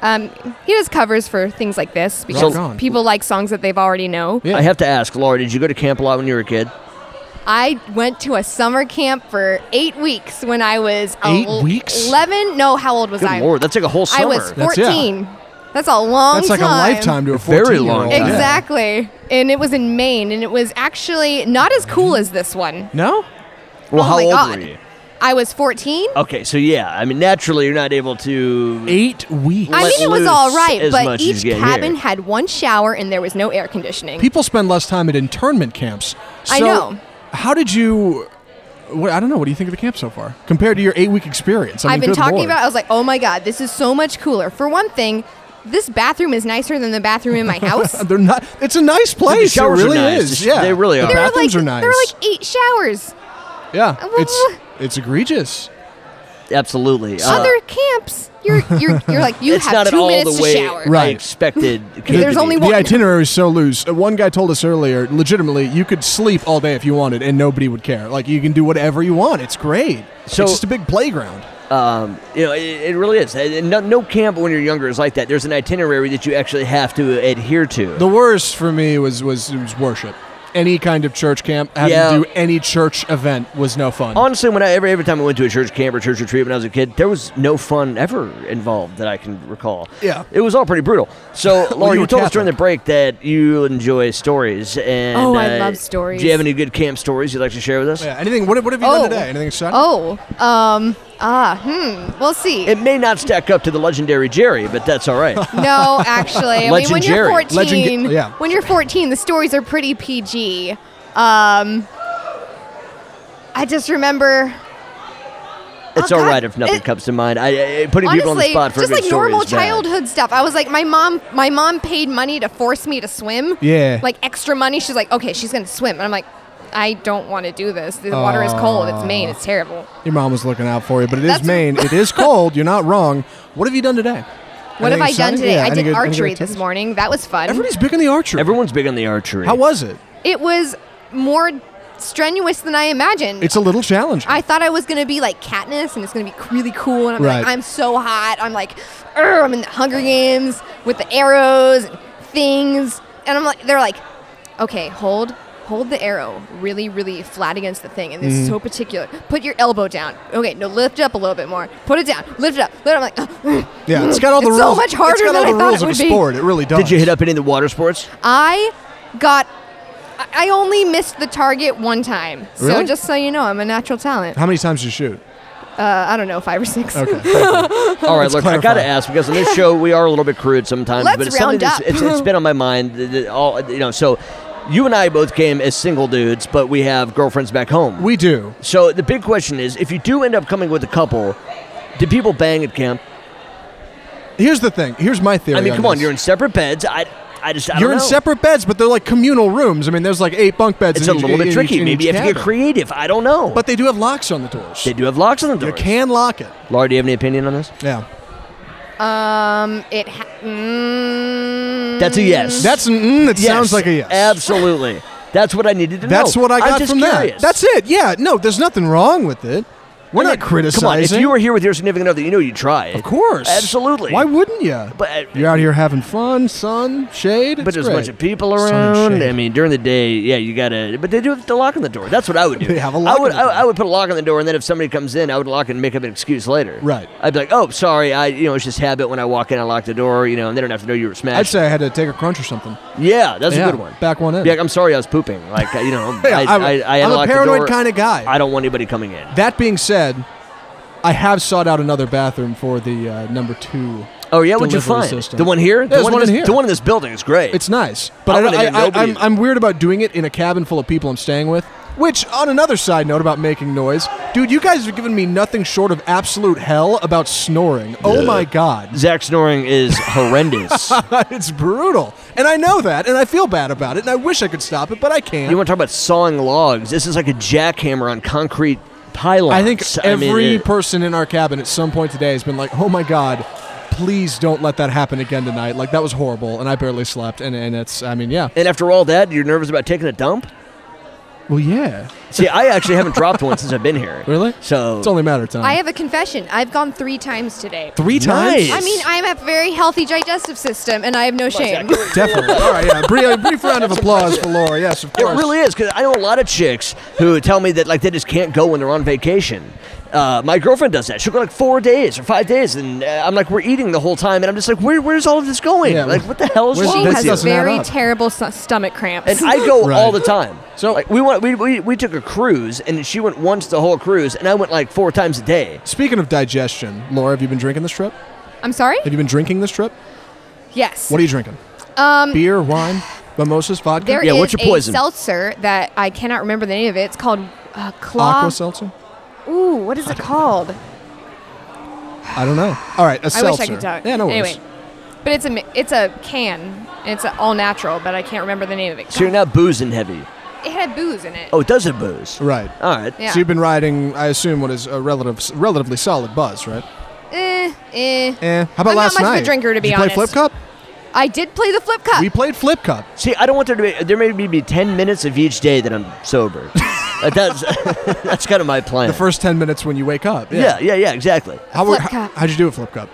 Speaker 9: um, he does covers for things like this because
Speaker 3: on.
Speaker 9: people like songs that they've already know.
Speaker 3: I have to ask, Laura, did you go to camp a lot when you were a kid?
Speaker 9: I went to a summer camp for eight weeks when I was
Speaker 3: Eight
Speaker 9: el-
Speaker 3: weeks?
Speaker 9: Eleven? No, Oh, how old was
Speaker 3: Good
Speaker 9: I?
Speaker 3: lord, that's like a whole
Speaker 9: I
Speaker 3: summer.
Speaker 9: was
Speaker 3: That's- yeah.
Speaker 9: fourteen. That's, a long.
Speaker 4: That's like a
Speaker 9: time.
Speaker 4: lifetime to a
Speaker 3: Very
Speaker 4: 14 year
Speaker 3: long
Speaker 4: old.
Speaker 3: time.
Speaker 9: Exactly, and it was in Maine, and it was actually not as cool as this one.
Speaker 4: No?
Speaker 3: Well,
Speaker 9: Oh
Speaker 3: how
Speaker 9: my
Speaker 3: old
Speaker 9: God.
Speaker 3: were you?
Speaker 9: I was fourteen.
Speaker 3: Okay, so yeah, I mean, naturally, you're not able to.
Speaker 4: Eight weeks.
Speaker 9: I mean, it was all right,
Speaker 3: as
Speaker 9: but
Speaker 3: much as
Speaker 9: each
Speaker 3: you get
Speaker 9: cabin
Speaker 3: here.
Speaker 9: had one shower and there was no air conditioning.
Speaker 4: People spend less time at internment camps. So
Speaker 9: I know.
Speaker 4: How did you? What, I don't know. What do you think of the camp so far compared to your eight-week experience? I
Speaker 9: I
Speaker 4: mean,
Speaker 9: have been
Speaker 4: good
Speaker 9: talking
Speaker 4: lord.
Speaker 9: about. I was like, oh my god, this is so much cooler. For one thing, this bathroom is nicer than the bathroom in my house.
Speaker 4: Uh, They're not. It's a nice place. it
Speaker 3: showers are
Speaker 4: really
Speaker 3: nice.
Speaker 4: is.
Speaker 3: The sh-
Speaker 4: Yeah,
Speaker 3: they really
Speaker 4: The
Speaker 3: are. There are,
Speaker 4: bathrooms are nice.
Speaker 9: There were uh, like eight showers.
Speaker 4: yeah, it's it's egregious.
Speaker 3: Absolutely. Uh,
Speaker 9: Other camps, you're you're you're like you
Speaker 3: it's
Speaker 9: have
Speaker 3: not at
Speaker 9: two
Speaker 3: all
Speaker 9: minutes
Speaker 3: the way
Speaker 9: to shower.
Speaker 3: I
Speaker 4: Right.
Speaker 3: expected. camp to
Speaker 9: There's
Speaker 3: be.
Speaker 9: only
Speaker 4: The itinerary is so loose. Uh, One guy told us earlier, legitimately, you could sleep all day if you wanted, and nobody would care. Like you can do whatever you want. It's great.
Speaker 3: So-
Speaker 4: it's just a big playground.
Speaker 3: Um, you know, it, it really is. And- and No, no camp when you're younger is like that. There's an itinerary that you actually have to adhere to.
Speaker 4: The worst for me was was, was worship. Any kind of church camp, having
Speaker 3: Yeah.
Speaker 4: to do any church event was no fun.
Speaker 3: Honestly, when I every every time I went to a church camp or church retreat when I was a kid, there was no fun ever involved that I can recall.
Speaker 4: Yeah.
Speaker 3: it was all pretty brutal. So,
Speaker 4: you
Speaker 3: Laura, you,
Speaker 4: were
Speaker 3: told us during the break that you enjoy stories, and uh,
Speaker 9: Oh, I love stories.
Speaker 3: Do you have any good camp stories you'd like to share with us?
Speaker 4: Yeah, anything? What, what have you done today? Anything exciting?
Speaker 9: Oh, um, ah, hmm. We'll see.
Speaker 3: It may not stack up to the legendary Jerry, but that's all right.
Speaker 9: No, actually. I mean, when you're
Speaker 3: Legendary.
Speaker 9: 14,
Speaker 3: Legend- yeah.
Speaker 9: when you're 14, the stories are pretty PG. Um, I just remember
Speaker 3: it's all right if nothing comes to mind. I, I putting people on the
Speaker 9: honestly,
Speaker 3: spot for
Speaker 9: just
Speaker 3: a good
Speaker 9: like normal
Speaker 3: story is bad.
Speaker 9: childhood stuff. I was like, my mom, my mom paid money to force me to swim.
Speaker 3: Yeah.
Speaker 9: like extra money. She's like, okay, she's gonna swim, and I'm like, I don't want to do this. The water is cold. It's Maine. It's terrible.
Speaker 4: Your mom was looking out for you, but it is
Speaker 9: That's-
Speaker 4: Maine. it is cold. You're not wrong. What have you done today?
Speaker 9: What have
Speaker 4: Anything
Speaker 9: I done
Speaker 4: exciting?
Speaker 9: today?
Speaker 4: Yeah,
Speaker 9: I
Speaker 4: any
Speaker 9: did
Speaker 4: good- any good
Speaker 9: archery
Speaker 4: activities?
Speaker 9: this morning. That was fun.
Speaker 4: Everybody's big on the archery.
Speaker 3: Everyone's big on the archery.
Speaker 4: How was it?
Speaker 9: It was more strenuous than I imagined.
Speaker 4: It's a little challenging.
Speaker 9: I thought I was gonna be like Katniss, and it's gonna be c- really cool. And I'm like,
Speaker 4: Right.
Speaker 9: I'm so hot. I'm like, "Arr, I'm in the Hunger Games with the arrows and things. And I'm like, they're like, okay, hold, hold the arrow really, really flat against the thing. And this is
Speaker 13: Mhm.
Speaker 3: Mm-hmm.
Speaker 9: so particular. Put your elbow down. Okay, no, lift it up a little bit more. Put it down. Lift it up. Lift it up. I'm like,
Speaker 4: Yeah, it's got all the
Speaker 9: It's so
Speaker 4: rules.
Speaker 9: much harder
Speaker 4: it's got all
Speaker 9: than
Speaker 4: the
Speaker 9: I thought it
Speaker 4: rules of
Speaker 9: would
Speaker 4: a
Speaker 9: be.
Speaker 4: sport. It really does.
Speaker 3: Did you hit up any of the water sports?
Speaker 9: I got. I- I only missed the target one time. So
Speaker 4: Really?
Speaker 9: just so you know, I'm a natural talent.
Speaker 4: How many times did you shoot?
Speaker 9: Uh, I don't know, five or six.
Speaker 3: All right,
Speaker 4: Let's
Speaker 3: look, I
Speaker 4: clarify.
Speaker 3: gotta ask because on this show we are a little bit crude sometimes,
Speaker 9: Let's
Speaker 3: but it's
Speaker 9: round
Speaker 3: something that's
Speaker 9: up.
Speaker 3: it's, it's been on my mind. that- that All you know, so you and I both came as single dudes, but we have girlfriends back home.
Speaker 4: We do.
Speaker 3: So the big question is, if you do end up coming with a couple, did people bang at camp?
Speaker 4: Here's the thing. Here's my theory.
Speaker 3: I mean,
Speaker 4: on
Speaker 3: come on,
Speaker 4: this.
Speaker 3: you're in separate beds. I, I just, I don't
Speaker 4: You're in
Speaker 3: know.
Speaker 4: separate beds, but they're like communal rooms. I mean, there's like eight bunk beds.
Speaker 3: It's
Speaker 4: in
Speaker 3: a
Speaker 4: each-
Speaker 3: little
Speaker 4: in
Speaker 3: bit
Speaker 4: each-
Speaker 3: tricky.
Speaker 4: in
Speaker 3: Maybe
Speaker 4: each
Speaker 3: you have to get
Speaker 4: cabin.
Speaker 3: creative. I don't know.
Speaker 4: But they do have locks on the doors.
Speaker 3: They do have locks on the doors.
Speaker 4: You can lock it.
Speaker 3: Laura, do you have any opinion on this?
Speaker 4: Yeah.
Speaker 9: Um, it. Ha- mm,
Speaker 3: That's a yes.
Speaker 4: That's an mm, that
Speaker 3: Yes,
Speaker 4: sounds like a yes.
Speaker 3: Absolutely. That's what I needed to know.
Speaker 4: That's what I
Speaker 3: I'm
Speaker 4: got
Speaker 3: just
Speaker 4: from
Speaker 3: curious.
Speaker 4: that. That's it. Yeah. No, there's nothing wrong with it. We're
Speaker 3: I mean,
Speaker 4: not criticizing.
Speaker 3: Come on, if you were here with your significant other, you know you'd try. Of
Speaker 4: course.
Speaker 3: Absolutely.
Speaker 4: Why wouldn't you?
Speaker 3: But uh,
Speaker 4: you're out here having fun, sun, shade.
Speaker 3: But
Speaker 4: it's
Speaker 3: there's a
Speaker 4: great.
Speaker 3: bunch of people
Speaker 4: Sun and
Speaker 3: around.
Speaker 4: shade.
Speaker 3: I mean, during the day, yeah, you gotta. But they do have the lock on the door. That's what I would do.
Speaker 4: They have a lock
Speaker 3: I would.
Speaker 4: on the door.
Speaker 3: I, I would put a lock on the door, and then if somebody comes in, I would lock it and make up an excuse later.
Speaker 4: Right.
Speaker 3: I'd be like, oh, sorry, I, you know, it's just habit. When I walk in, I lock the door, you know, and they don't have to know you were smashed.
Speaker 4: I'd say I had to take a crunch or something.
Speaker 3: yeah, that's
Speaker 4: Yeah,
Speaker 3: a good one.
Speaker 4: Back one in.
Speaker 3: Yeah, I'm sorry, I was pooping. Like, you know,
Speaker 4: Yeah,
Speaker 3: I,
Speaker 4: I'm-
Speaker 3: I, I,
Speaker 4: I'm a
Speaker 3: unlocked the
Speaker 4: paranoid
Speaker 3: door.
Speaker 4: kinda guy.
Speaker 3: I don't want anybody coming in.
Speaker 4: That being said, I have sought out another bathroom for the uh, number two.
Speaker 3: Oh yeah, what'd you
Speaker 4: delivery
Speaker 3: find?
Speaker 4: system.
Speaker 3: The one here?
Speaker 4: Yeah, there's one,
Speaker 3: in this,
Speaker 4: in here.
Speaker 3: The one in this building is great.
Speaker 4: It's nice,
Speaker 3: I
Speaker 4: but I
Speaker 3: wanna
Speaker 4: don't- I
Speaker 3: give nobody-
Speaker 4: am I'm weird about doing it in a cabin full of people I'm staying with. Which, on another side note about making noise, dude, you guys have given me nothing short of absolute hell about snoring. Oh
Speaker 3: Ugh.
Speaker 4: my god,
Speaker 3: Zach snoring is horrendous.
Speaker 4: it's brutal, and I know that, and I feel bad about it, and I wish I could stop it, but I can't.
Speaker 3: You want to talk about sawing logs? This is like a jackhammer on concrete pylons.
Speaker 4: I think every
Speaker 3: mean, it-
Speaker 4: person in our cabin at some point today has been like, "Oh my god, please don't let that happen again tonight." Like that was horrible, and I barely slept, and and it's, I mean, yeah.
Speaker 3: and after all that, you're nervous about taking a dump.
Speaker 4: Well, yeah.
Speaker 3: See, I actually haven't dropped one since I've been here.
Speaker 4: Really?
Speaker 3: So
Speaker 4: It's only a matter of time.
Speaker 9: I have a confession. I've gone three times today.
Speaker 4: Three times?
Speaker 9: I mean, I have a very healthy digestive system, and I have no shame.
Speaker 4: Definitely. All right, yeah. Brief, brief round of applause for Laura. Yes, of
Speaker 3: It
Speaker 4: course.
Speaker 3: really is because I know a lot of chicks who tell me that like they just can't go when they're on vacation. Uh, my girlfriend does that. She'll go like four days or five days, and uh, I'm like, we're eating the whole time, and I'm just like, where, where's all of this going?
Speaker 4: Yeah,
Speaker 3: like, what the hell is
Speaker 9: She
Speaker 3: wrong with you?
Speaker 9: has very terrible st- stomach cramps.
Speaker 3: and I go all the time. So like, we went, we, we we took a cruise, and she went once the whole cruise, and I went like four times a day.
Speaker 4: Speaking of digestion, Laura, have you been drinking this trip?
Speaker 9: I'm sorry.
Speaker 4: Have you been drinking this trip?
Speaker 9: Yes.
Speaker 4: What are you drinking?
Speaker 9: Um,
Speaker 4: Beer, wine, mimosas, vodka.
Speaker 9: There is a seltzer that I cannot remember the name of it. It's called uh, Claw.
Speaker 4: Aqua seltzer?
Speaker 9: Ooh, what is it called?
Speaker 4: I don't know. All right, a
Speaker 9: I
Speaker 4: seltzer.
Speaker 9: wish I could talk.
Speaker 4: Yeah, no worries.
Speaker 9: Anyway, but it's a mi- it's a can. And it's all natural, but I can't remember the name of it.
Speaker 3: So you're not boozing heavy.
Speaker 9: It had booze in it.
Speaker 3: Oh, it does have booze.
Speaker 4: Right.
Speaker 3: All right.
Speaker 9: Yeah.
Speaker 4: So you've been riding, I assume, what is a relative, relatively solid buzz, right?
Speaker 9: Eh, eh.
Speaker 4: Eh. How about
Speaker 9: I'm
Speaker 4: last
Speaker 9: not much
Speaker 4: night?
Speaker 9: of a drinker, to
Speaker 4: Did
Speaker 9: be
Speaker 4: you
Speaker 9: honest.
Speaker 4: Play flip cup.
Speaker 9: I did play the flip cup.
Speaker 4: We played flip cup.
Speaker 3: See, I don't want there to be there may be ten minutes of each day that I'm sober. Like, that's that's kind of my plan.
Speaker 4: The first ten minutes when you wake up.
Speaker 3: yeah, yeah, yeah, exactly.
Speaker 4: How,
Speaker 3: Flip
Speaker 4: how,
Speaker 3: cup.
Speaker 4: how'd you do at Flip Cup?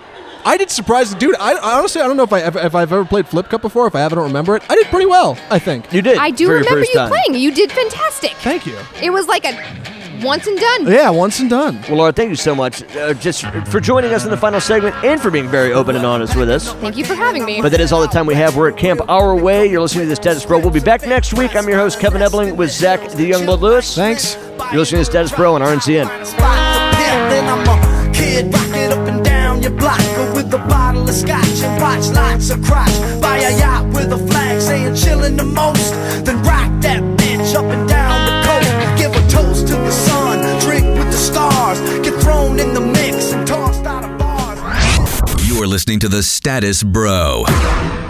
Speaker 4: I did surprise, dude. I, I honestly, I don't know if I ever, if I've ever played Flip Cup before. If I haven't, I don't remember it. I did pretty well, I think.
Speaker 3: You did.
Speaker 9: I do remember you playing. You did fantastic.
Speaker 4: Thank you.
Speaker 9: It was like a once and done.
Speaker 4: Yeah, once and done.
Speaker 3: Well, Laura, thank you so much uh, just for joining us in the final segment and for being very open and honest with us.
Speaker 9: Thank you for having me.
Speaker 3: But that is all the time we have. We're at Camp Our Way. You're listening to the Status Pro. We'll be back next week. I'm your host, Kevin Ebling, with Zach the Youngblood Lewis.
Speaker 4: Thanks.
Speaker 3: You're listening to Status Pro on RNCN.
Speaker 13: Then I'm a kid rocking up and down your block with a bottle of scotch and watch lots of crotch. Buy a yacht with a flag saying chillin' the most. Then rock that bitch up and down the coast. Give a toast to the sun, drink with the stars. Get thrown in the mix and tossed out of bars.
Speaker 1: You're listening to the Status Bro.